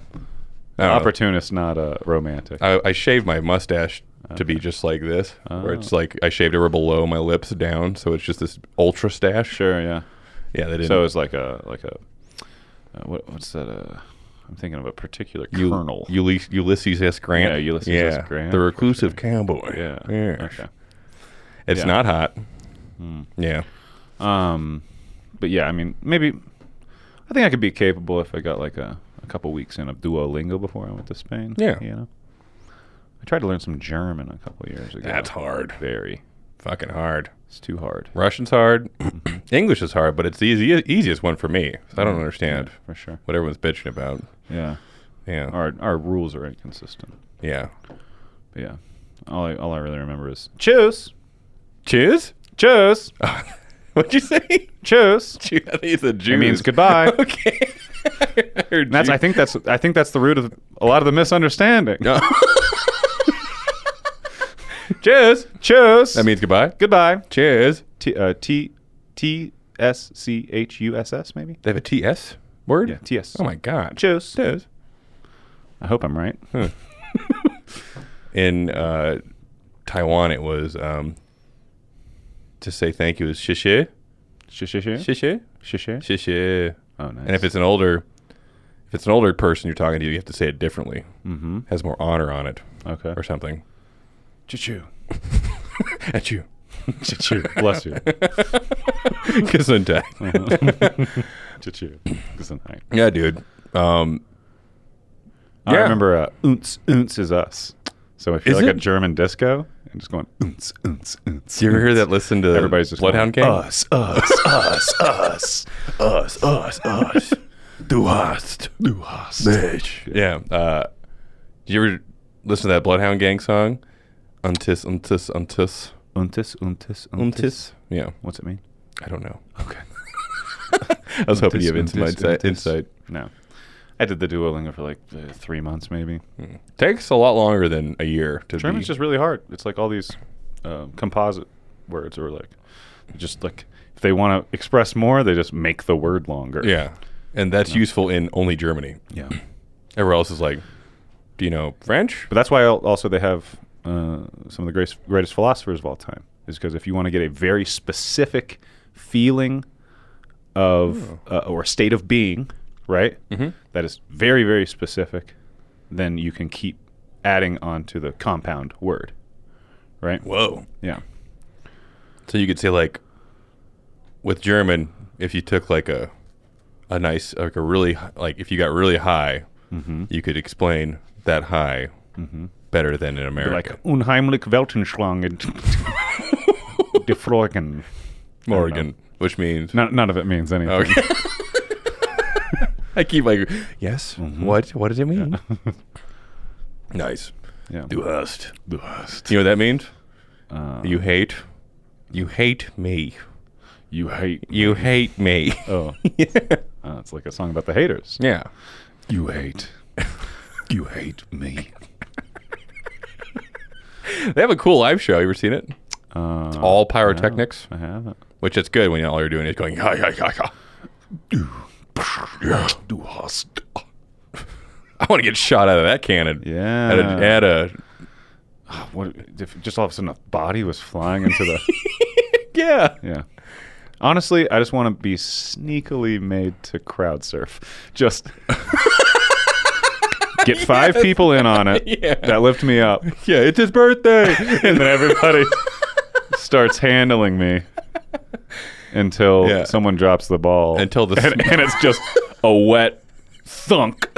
[SPEAKER 1] I, don't know.
[SPEAKER 2] opportunists, not uh, romantic.
[SPEAKER 1] Oh. I, I shaved my mustache to be just like this, where it's
[SPEAKER 2] Oh.
[SPEAKER 1] like I shaved over below my lips down, so it's just this ultra stash.
[SPEAKER 2] sure. Yeah.
[SPEAKER 1] Yeah, they didn't.
[SPEAKER 2] So it's like a like a uh, what, what's that? Uh, I'm thinking of a particular kernel.
[SPEAKER 1] Ulyss- Ulysses S. Grant.
[SPEAKER 2] Yeah, Ulysses S. Grant,
[SPEAKER 1] The
[SPEAKER 2] for
[SPEAKER 1] reclusive cowboy.
[SPEAKER 2] yeah.
[SPEAKER 1] Yeah.
[SPEAKER 2] Okay.
[SPEAKER 1] It's
[SPEAKER 2] Yeah. Hmm.
[SPEAKER 1] not hot. Yeah.
[SPEAKER 2] Um, but yeah, I mean, maybe I think I could be capable if I got like a, a couple weeks in of Duolingo before I went to Spain.
[SPEAKER 1] Yeah.
[SPEAKER 2] you know, I tried to learn some German a couple years ago.
[SPEAKER 1] That's hard.
[SPEAKER 2] Very.
[SPEAKER 1] Fucking hard.
[SPEAKER 2] It's too hard.
[SPEAKER 1] Russian's hard.
[SPEAKER 2] Mm-hmm.
[SPEAKER 1] English is hard, but it's the easy, easiest one for me. So I don't understand
[SPEAKER 2] for sure.
[SPEAKER 1] what everyone's bitching about.
[SPEAKER 2] Yeah,
[SPEAKER 1] Yeah.
[SPEAKER 2] our our rules are inconsistent.
[SPEAKER 1] Yeah.
[SPEAKER 2] But yeah, all I all I really remember is choose,
[SPEAKER 1] Cheers?
[SPEAKER 2] choose,
[SPEAKER 1] What'd you say?
[SPEAKER 2] choose.
[SPEAKER 1] Jew- I think it's a Jew.
[SPEAKER 2] It means goodbye. And
[SPEAKER 1] Okay. I heard
[SPEAKER 2] that's
[SPEAKER 1] Jew.
[SPEAKER 2] I think that's I think that's the root of a lot of the misunderstanding.
[SPEAKER 1] No.
[SPEAKER 2] Cheers, choose.
[SPEAKER 1] that means goodbye.
[SPEAKER 2] goodbye.
[SPEAKER 1] Cheers.
[SPEAKER 2] T uh, T T S C H U S S maybe.
[SPEAKER 1] They have a TS word?
[SPEAKER 2] Yeah, TS.
[SPEAKER 1] Oh my God.
[SPEAKER 2] Cheers.
[SPEAKER 1] Cheers.
[SPEAKER 2] I hope I'm right.
[SPEAKER 1] in uh, Taiwan, it was um, to say thank you is shishe,
[SPEAKER 2] Shishishi.
[SPEAKER 1] shishe,
[SPEAKER 2] Shishishi.
[SPEAKER 1] shishe.
[SPEAKER 2] Oh, nice.
[SPEAKER 1] And if it's an older, if it's an older person you're talking to, you have to say it differently.
[SPEAKER 4] Hmm.
[SPEAKER 2] mm-hmm.
[SPEAKER 1] Has more honor on it
[SPEAKER 2] Okay.
[SPEAKER 1] or something.
[SPEAKER 2] Choo
[SPEAKER 1] At you,
[SPEAKER 2] choo. Bless you.
[SPEAKER 1] gesundheit.
[SPEAKER 4] Uh-huh.
[SPEAKER 2] Choo choo. Gesundheit.
[SPEAKER 1] Yeah, dude. Um,
[SPEAKER 2] I
[SPEAKER 1] Yeah.
[SPEAKER 2] remember uh, ounce ounce is us. So I feel
[SPEAKER 1] Is
[SPEAKER 2] like
[SPEAKER 1] it?
[SPEAKER 2] a German disco and just going ounce ounce ounce.
[SPEAKER 1] do you ever hear that? Listen to
[SPEAKER 2] Everybody's just
[SPEAKER 1] Bloodhound Gang.
[SPEAKER 2] going,
[SPEAKER 4] Us, us, us, us, us, us, us. Du hast,
[SPEAKER 2] Do us.
[SPEAKER 4] bitch.
[SPEAKER 1] yeah. Uh, do you ever listen to that Bloodhound Gang song? Untis, untis, untis,
[SPEAKER 2] Untis untis untis.
[SPEAKER 1] untis. Yeah.
[SPEAKER 2] What's it mean?
[SPEAKER 1] I don't know.
[SPEAKER 2] Okay.
[SPEAKER 1] I was hoping you have
[SPEAKER 2] Untis,
[SPEAKER 1] insight.
[SPEAKER 2] untis, untis.
[SPEAKER 1] insight.
[SPEAKER 2] No. I did the Duolingo for like uh, three months maybe.
[SPEAKER 1] Takes a lot longer than a year to
[SPEAKER 2] German's
[SPEAKER 1] be.
[SPEAKER 2] just really hard. It's like all these um, composite words, or like just like if they want to express more, they just make the word longer.
[SPEAKER 1] yeah, and that's useful in only Germany.
[SPEAKER 2] yeah.
[SPEAKER 1] Everywhere else is like, do you know French?
[SPEAKER 2] But that's why al- also they have uh, some of the greatest, greatest philosophers of all time, is because if you want to get a very specific feeling of uh, or state of being, right,
[SPEAKER 1] Mm-hmm.
[SPEAKER 2] that is very very specific, then you can keep adding on to the compound word, right?
[SPEAKER 1] Whoa!
[SPEAKER 2] Yeah.
[SPEAKER 1] So you could say like, with German, if you took like a, a nice like a really h- like if you got really high,
[SPEAKER 2] Mm-hmm.
[SPEAKER 1] you could explain that high better than in America.
[SPEAKER 2] like unheimlich Weltenschlangen. Defrogen.
[SPEAKER 1] Morgan, which means
[SPEAKER 2] None, none of it means anything.
[SPEAKER 1] Okay. I keep like, yes. What? What does it mean? nice.
[SPEAKER 2] Yeah.
[SPEAKER 1] Du hast.
[SPEAKER 2] Du hast.
[SPEAKER 1] You know what that means?
[SPEAKER 2] Uh,
[SPEAKER 1] You hate. You hate me.
[SPEAKER 2] you hate.
[SPEAKER 1] You hate me.
[SPEAKER 2] Oh, uh, it's like a song about the haters.
[SPEAKER 1] yeah.
[SPEAKER 2] You hate. you hate me.
[SPEAKER 1] They have a cool live show. You ever seen it?
[SPEAKER 2] Uh,
[SPEAKER 1] All pyrotechnics,
[SPEAKER 2] I haven't.
[SPEAKER 1] which it's good when all you're doing is going, hi, hi, hi, hi.
[SPEAKER 4] Du hast.
[SPEAKER 1] I want to get shot out of that cannon.
[SPEAKER 2] Yeah.
[SPEAKER 1] At a, at a
[SPEAKER 2] What if just all of a sudden a body was flying into the
[SPEAKER 1] yeah.
[SPEAKER 2] Yeah. Honestly, I just want to be sneakily made to crowd surf. Just get five people in on it.
[SPEAKER 1] Yeah.
[SPEAKER 2] That lift me up.
[SPEAKER 1] Yeah, it's his birthday.
[SPEAKER 2] And then everybody starts handling me until
[SPEAKER 1] Yeah.
[SPEAKER 2] someone drops the ball.
[SPEAKER 1] Until the
[SPEAKER 2] and, and it's just a wet thunk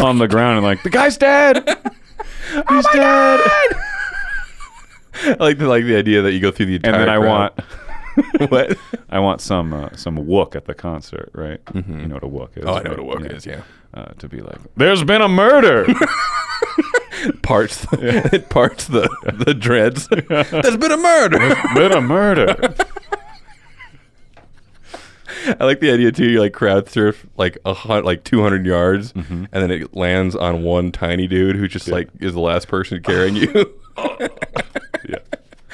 [SPEAKER 2] on the ground and like, the guy's dead.
[SPEAKER 1] Oh
[SPEAKER 2] He's dead.
[SPEAKER 1] I like the, like the idea that you go through the entire
[SPEAKER 2] And then I
[SPEAKER 1] crowd.
[SPEAKER 2] want
[SPEAKER 1] what?
[SPEAKER 2] I want some uh, some wook at the concert, right? You know what a wook is.
[SPEAKER 1] Oh, I know
[SPEAKER 2] right?
[SPEAKER 1] what a woke is. Yeah,
[SPEAKER 2] Uh, to be like, there's been a murder.
[SPEAKER 1] parts the, it parts the the dreads. There's been a murder.
[SPEAKER 2] been a murder.
[SPEAKER 1] I like the idea too. You like crowd surf like a hun- like 200 yards, and then it lands on one tiny dude who just like is the last person carrying you.
[SPEAKER 2] yeah.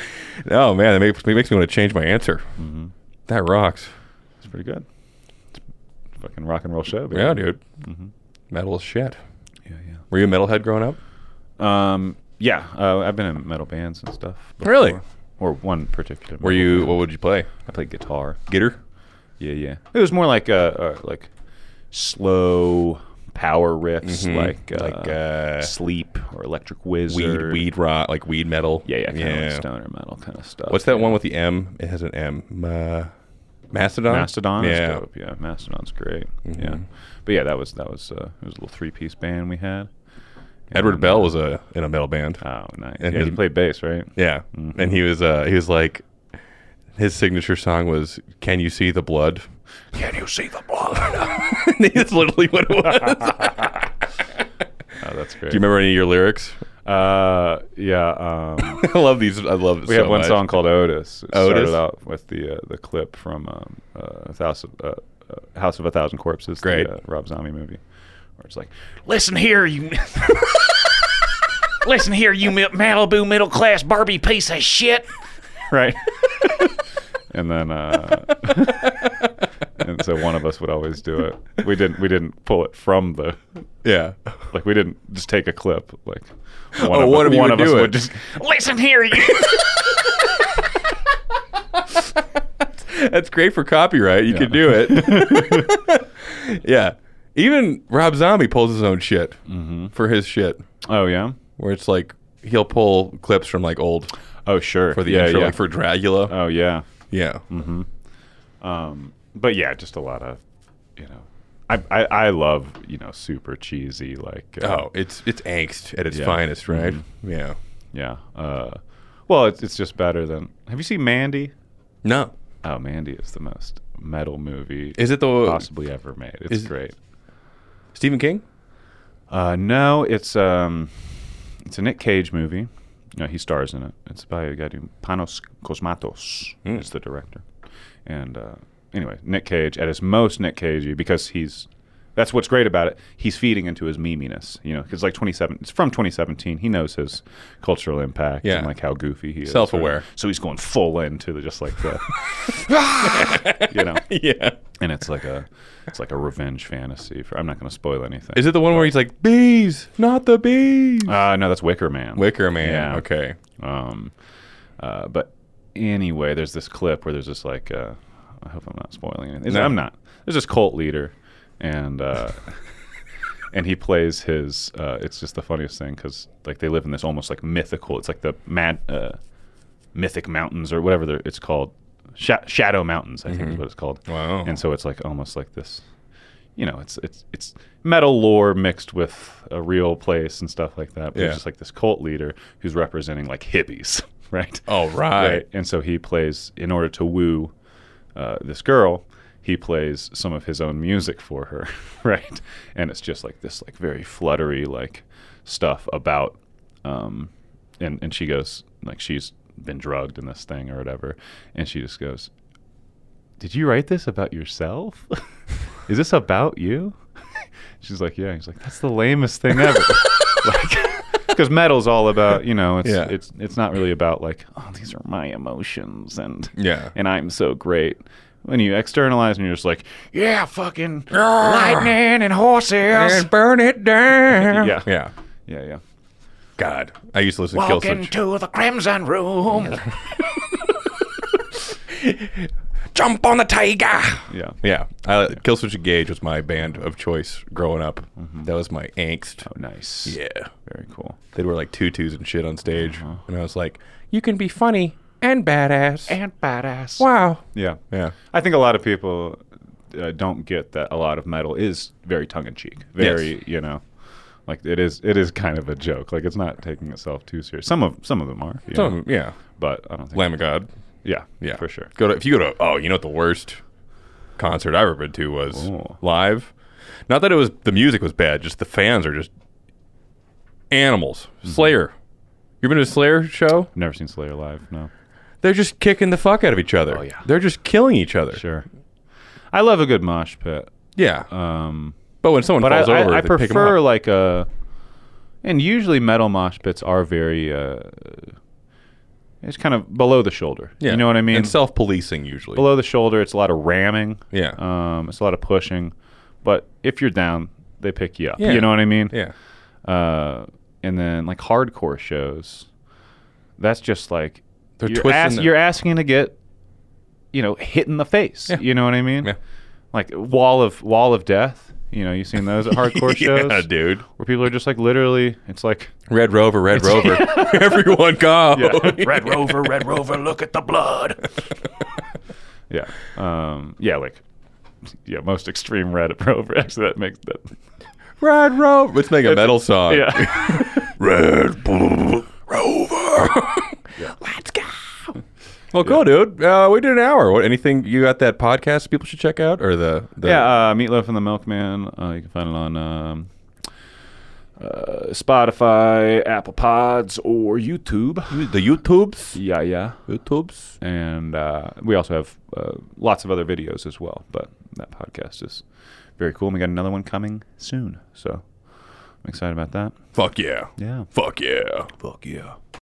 [SPEAKER 1] no man, it makes, it makes me want to change my answer. That rocks.
[SPEAKER 2] It's pretty good. It's a fucking rock and roll show. baby.
[SPEAKER 1] Yeah, dude. Metal as shit.
[SPEAKER 2] Yeah,
[SPEAKER 1] Were you a metalhead growing up?
[SPEAKER 2] yeah. Um, yeah. Uh, I've been in metal bands and stuff. before.
[SPEAKER 1] Really?
[SPEAKER 2] Or one particular.
[SPEAKER 1] Were
[SPEAKER 2] metal
[SPEAKER 1] you?
[SPEAKER 2] band.
[SPEAKER 1] What would you play?
[SPEAKER 2] I played guitar.
[SPEAKER 1] Gitter.
[SPEAKER 2] Yeah, yeah. It was more like uh, uh like slow power riffs,
[SPEAKER 1] Mhm.
[SPEAKER 2] like uh,
[SPEAKER 1] Like, uh,
[SPEAKER 2] sleep or electric
[SPEAKER 1] Weed,
[SPEAKER 2] wizard.
[SPEAKER 1] weed rock, like weed metal.
[SPEAKER 2] Yeah, yeah, kind of like stoner metal kind of stuff.
[SPEAKER 1] What's that one with the M? It has an M. Uh, Mastodon.
[SPEAKER 2] Mastodon is
[SPEAKER 1] Yeah. Mm-hmm.
[SPEAKER 2] dope. Yeah, Mastodon's great. Yeah, but yeah, that was that was uh, it was a little three piece band we had.
[SPEAKER 1] Edward
[SPEAKER 2] And,
[SPEAKER 1] Bell was a in a metal band.
[SPEAKER 2] Oh, nice.
[SPEAKER 1] and
[SPEAKER 2] yeah,
[SPEAKER 1] his-
[SPEAKER 2] he played bass, right?
[SPEAKER 1] Yeah,
[SPEAKER 2] mm-hmm.
[SPEAKER 1] and he was uh, he was like his signature song was "Can You See the Blood."
[SPEAKER 4] Can you see the blood?
[SPEAKER 1] That's literally what it was. Do
[SPEAKER 2] Oh, that's great.
[SPEAKER 1] you remember any of your lyrics?
[SPEAKER 2] Uh, yeah. Um,
[SPEAKER 1] I love these. I love. It
[SPEAKER 2] we
[SPEAKER 1] so
[SPEAKER 2] had one
[SPEAKER 1] much.
[SPEAKER 2] song called Otis. It
[SPEAKER 1] Otis?
[SPEAKER 2] started out with the uh, the clip from um, uh, a thousand, uh, uh, House of a Thousand Corpses,
[SPEAKER 1] Great.
[SPEAKER 2] the uh, Rob Zombie movie, where it's like,
[SPEAKER 3] Listen here, you. Listen here, you mi- Malibu middle class Barbie piece of shit.
[SPEAKER 2] right? and then, uh, and so one of us would always do it. We didn't. We didn't pull it from the.
[SPEAKER 1] Yeah.
[SPEAKER 2] Like we didn't just take a clip. Like one
[SPEAKER 1] Oh,
[SPEAKER 2] of,
[SPEAKER 1] one
[SPEAKER 2] one
[SPEAKER 1] of you would
[SPEAKER 2] of us
[SPEAKER 1] do it.
[SPEAKER 2] would just.
[SPEAKER 3] Listen here, you.
[SPEAKER 1] That's great for copyright. You can do it. yeah. Even Rob Zombie pulls his own shit for his shit,
[SPEAKER 2] Oh yeah.
[SPEAKER 1] where it's like he'll pull clips from like old
[SPEAKER 2] Oh sure.
[SPEAKER 1] for the
[SPEAKER 2] yeah,
[SPEAKER 1] intro,
[SPEAKER 2] yeah.
[SPEAKER 1] like for Dracula.
[SPEAKER 2] oh yeah.
[SPEAKER 1] yeah.
[SPEAKER 2] Um, but yeah, just a lot of, you know, I I, I love you know super cheesy like uh,
[SPEAKER 1] Oh, it's it's angst at its
[SPEAKER 2] Yeah.
[SPEAKER 1] finest, right? Yeah.
[SPEAKER 2] yeah. Uh, well, it's it's just better than. Have you seen Mandy?
[SPEAKER 1] No.
[SPEAKER 2] Oh, Mandy is the most metal movie
[SPEAKER 1] Is it the
[SPEAKER 2] possibly ever made. It's
[SPEAKER 1] is-
[SPEAKER 2] great.
[SPEAKER 1] Stephen King?
[SPEAKER 2] Uh, no, it's um, it's a Nick Cage movie. No, he stars in it. It's by a guy named Panos Cosmatos.
[SPEAKER 1] Mm.
[SPEAKER 2] Is the director, and uh, anyway, Nick Cage at his most Nick Cagey because he's that's what's great about it. He's feeding into his meminess, you know. It's like 27. It's from 2017. He knows his cultural impact
[SPEAKER 1] Yeah.
[SPEAKER 2] and like how goofy he is.
[SPEAKER 1] Self-aware.
[SPEAKER 2] So he's going full into the, just like the, you know.
[SPEAKER 1] Yeah.
[SPEAKER 2] And it's like a it's like a revenge fantasy. For I'm not going to spoil anything.
[SPEAKER 1] Is it the one where he's like, bees, not the bees?
[SPEAKER 2] Uh, no, that's Wicker Man.
[SPEAKER 1] Wicker Man.
[SPEAKER 2] yeah.
[SPEAKER 1] Okay.
[SPEAKER 2] Um, uh, but anyway, there's this clip where there's this like, uh, I hope I'm not spoiling anything.
[SPEAKER 1] No.
[SPEAKER 2] I'm not. There's this cult leader, and uh, and he plays his. Uh, it's just the funniest thing because like they live in this almost like mythical. It's like the mad uh, mythic mountains or whatever they're- it's called. Sha- Shadow Mountains, I think is what it's called.
[SPEAKER 1] Mm-hmm. Wow.
[SPEAKER 2] And so it's like almost like this you know, it's it's it's metal lore mixed with a real place and stuff like that. But
[SPEAKER 1] Yeah.
[SPEAKER 2] There's just like this cult leader who's representing like hippies, right?
[SPEAKER 1] All right.
[SPEAKER 2] And so he plays in order to woo uh, this girl. He plays some of his own music for her, right? And it's just like this, like very fluttery, like stuff about, um, and and she goes like she's been drugged in this thing or whatever, and she just goes, "Did you write this about yourself? Is this about you?" She's like, "Yeah." He's like, "That's the lamest thing ever." like, because metal's all about you know, it's
[SPEAKER 1] Yeah.
[SPEAKER 2] it's it's not really about like, oh, these are my emotions and
[SPEAKER 1] Yeah.
[SPEAKER 2] and I'm so great. When you externalize and you're just like,
[SPEAKER 3] Yeah, fucking
[SPEAKER 1] Ah.
[SPEAKER 3] lightning and horses.
[SPEAKER 1] burn it down.
[SPEAKER 2] Yeah.
[SPEAKER 1] Yeah.
[SPEAKER 2] yeah, yeah.
[SPEAKER 1] God. I used to listen to
[SPEAKER 3] Walking
[SPEAKER 1] Killswitch.
[SPEAKER 3] to the crimson room.
[SPEAKER 1] Jump on the tiger.
[SPEAKER 2] Yeah.
[SPEAKER 1] Yeah. Uh, Killswitch Engage was my band of choice growing up. That was my angst.
[SPEAKER 2] Mm-hmm. Oh, nice.
[SPEAKER 1] Yeah.
[SPEAKER 2] Very cool.
[SPEAKER 1] They'd wear like tutus and shit on stage.
[SPEAKER 2] Uh-huh.
[SPEAKER 1] And I was like, you can be funny and badass.
[SPEAKER 2] And badass.
[SPEAKER 1] wow.
[SPEAKER 2] Yeah.
[SPEAKER 1] Yeah.
[SPEAKER 2] I think a lot of people uh, don't get that a lot of metal is very tongue in cheek. Very, you know, like it is. It is kind of a joke. Like it's not taking itself too serious. Some of some of them are. you know,
[SPEAKER 1] Some, yeah.
[SPEAKER 2] but I don't think.
[SPEAKER 1] Lamb of God.
[SPEAKER 2] Yeah.
[SPEAKER 1] Yeah.
[SPEAKER 2] For sure.
[SPEAKER 1] Go to, if you go to, oh, you know what the worst concert I've ever been to was
[SPEAKER 2] Ooh.
[SPEAKER 1] live? Not that it was, the music was bad, just the fans are just animals.
[SPEAKER 2] Mm-hmm.
[SPEAKER 1] Slayer. You ever been to a Slayer show?
[SPEAKER 2] I've never seen Slayer live. No.
[SPEAKER 1] They're just kicking the fuck out of each other.
[SPEAKER 2] Oh, yeah.
[SPEAKER 1] They're just killing each other.
[SPEAKER 2] Sure. I love a good mosh pit.
[SPEAKER 1] Yeah.
[SPEAKER 2] Um,
[SPEAKER 1] but when someone
[SPEAKER 2] but I,
[SPEAKER 1] falls over,
[SPEAKER 2] I, I
[SPEAKER 1] they pick 'em
[SPEAKER 2] prefer
[SPEAKER 1] up.
[SPEAKER 2] like a. And usually metal mosh pits are very. Uh, it's kind of below the shoulder.
[SPEAKER 1] Yeah.
[SPEAKER 2] You know what I mean?
[SPEAKER 1] And self policing usually.
[SPEAKER 2] below the shoulder. It's a lot of ramming.
[SPEAKER 1] Yeah.
[SPEAKER 2] Um, it's a lot of pushing. But if you're down, they pick you up.
[SPEAKER 1] Yeah.
[SPEAKER 2] You know what I mean?
[SPEAKER 1] yeah.
[SPEAKER 2] Uh, and then like hardcore shows, that's just like
[SPEAKER 1] They're
[SPEAKER 2] you're,
[SPEAKER 1] twisting
[SPEAKER 2] ask-
[SPEAKER 1] the-
[SPEAKER 2] you're asking to get, you know, hit in the face.
[SPEAKER 1] Yeah.
[SPEAKER 2] You know what I mean?
[SPEAKER 1] Yeah.
[SPEAKER 2] Like wall of wall of death. You know, you've seen those at hardcore shows
[SPEAKER 1] Yeah, dude.
[SPEAKER 2] where people are just like literally. It's like
[SPEAKER 1] Red Rover, Red Rover. Everyone go.
[SPEAKER 4] Red Rover, Red Rover, look at the blood.
[SPEAKER 2] yeah, um, yeah, like yeah, most extreme Reddit rover. Actually, that makes that
[SPEAKER 1] Red Rover. Let's make a metal song.
[SPEAKER 2] yeah.
[SPEAKER 4] Red Bull Rover.
[SPEAKER 1] Let's go. Well, cool, dude. Uh, we did an hour. What? Anything you got that podcast people should check out or the, the
[SPEAKER 2] Yeah, uh, Meatloaf and the Milkman. Uh, you can find it on um, uh, Spotify, Apple Pods, or YouTube.
[SPEAKER 1] the YouTubes?
[SPEAKER 2] Yeah, yeah.
[SPEAKER 1] YouTubes.
[SPEAKER 2] And uh, we also have uh, lots of other videos as well. But that podcast is very cool. And we got another one coming soon. So I'm excited about that.
[SPEAKER 1] Fuck yeah.
[SPEAKER 2] Yeah.
[SPEAKER 1] Fuck yeah.
[SPEAKER 4] Fuck yeah.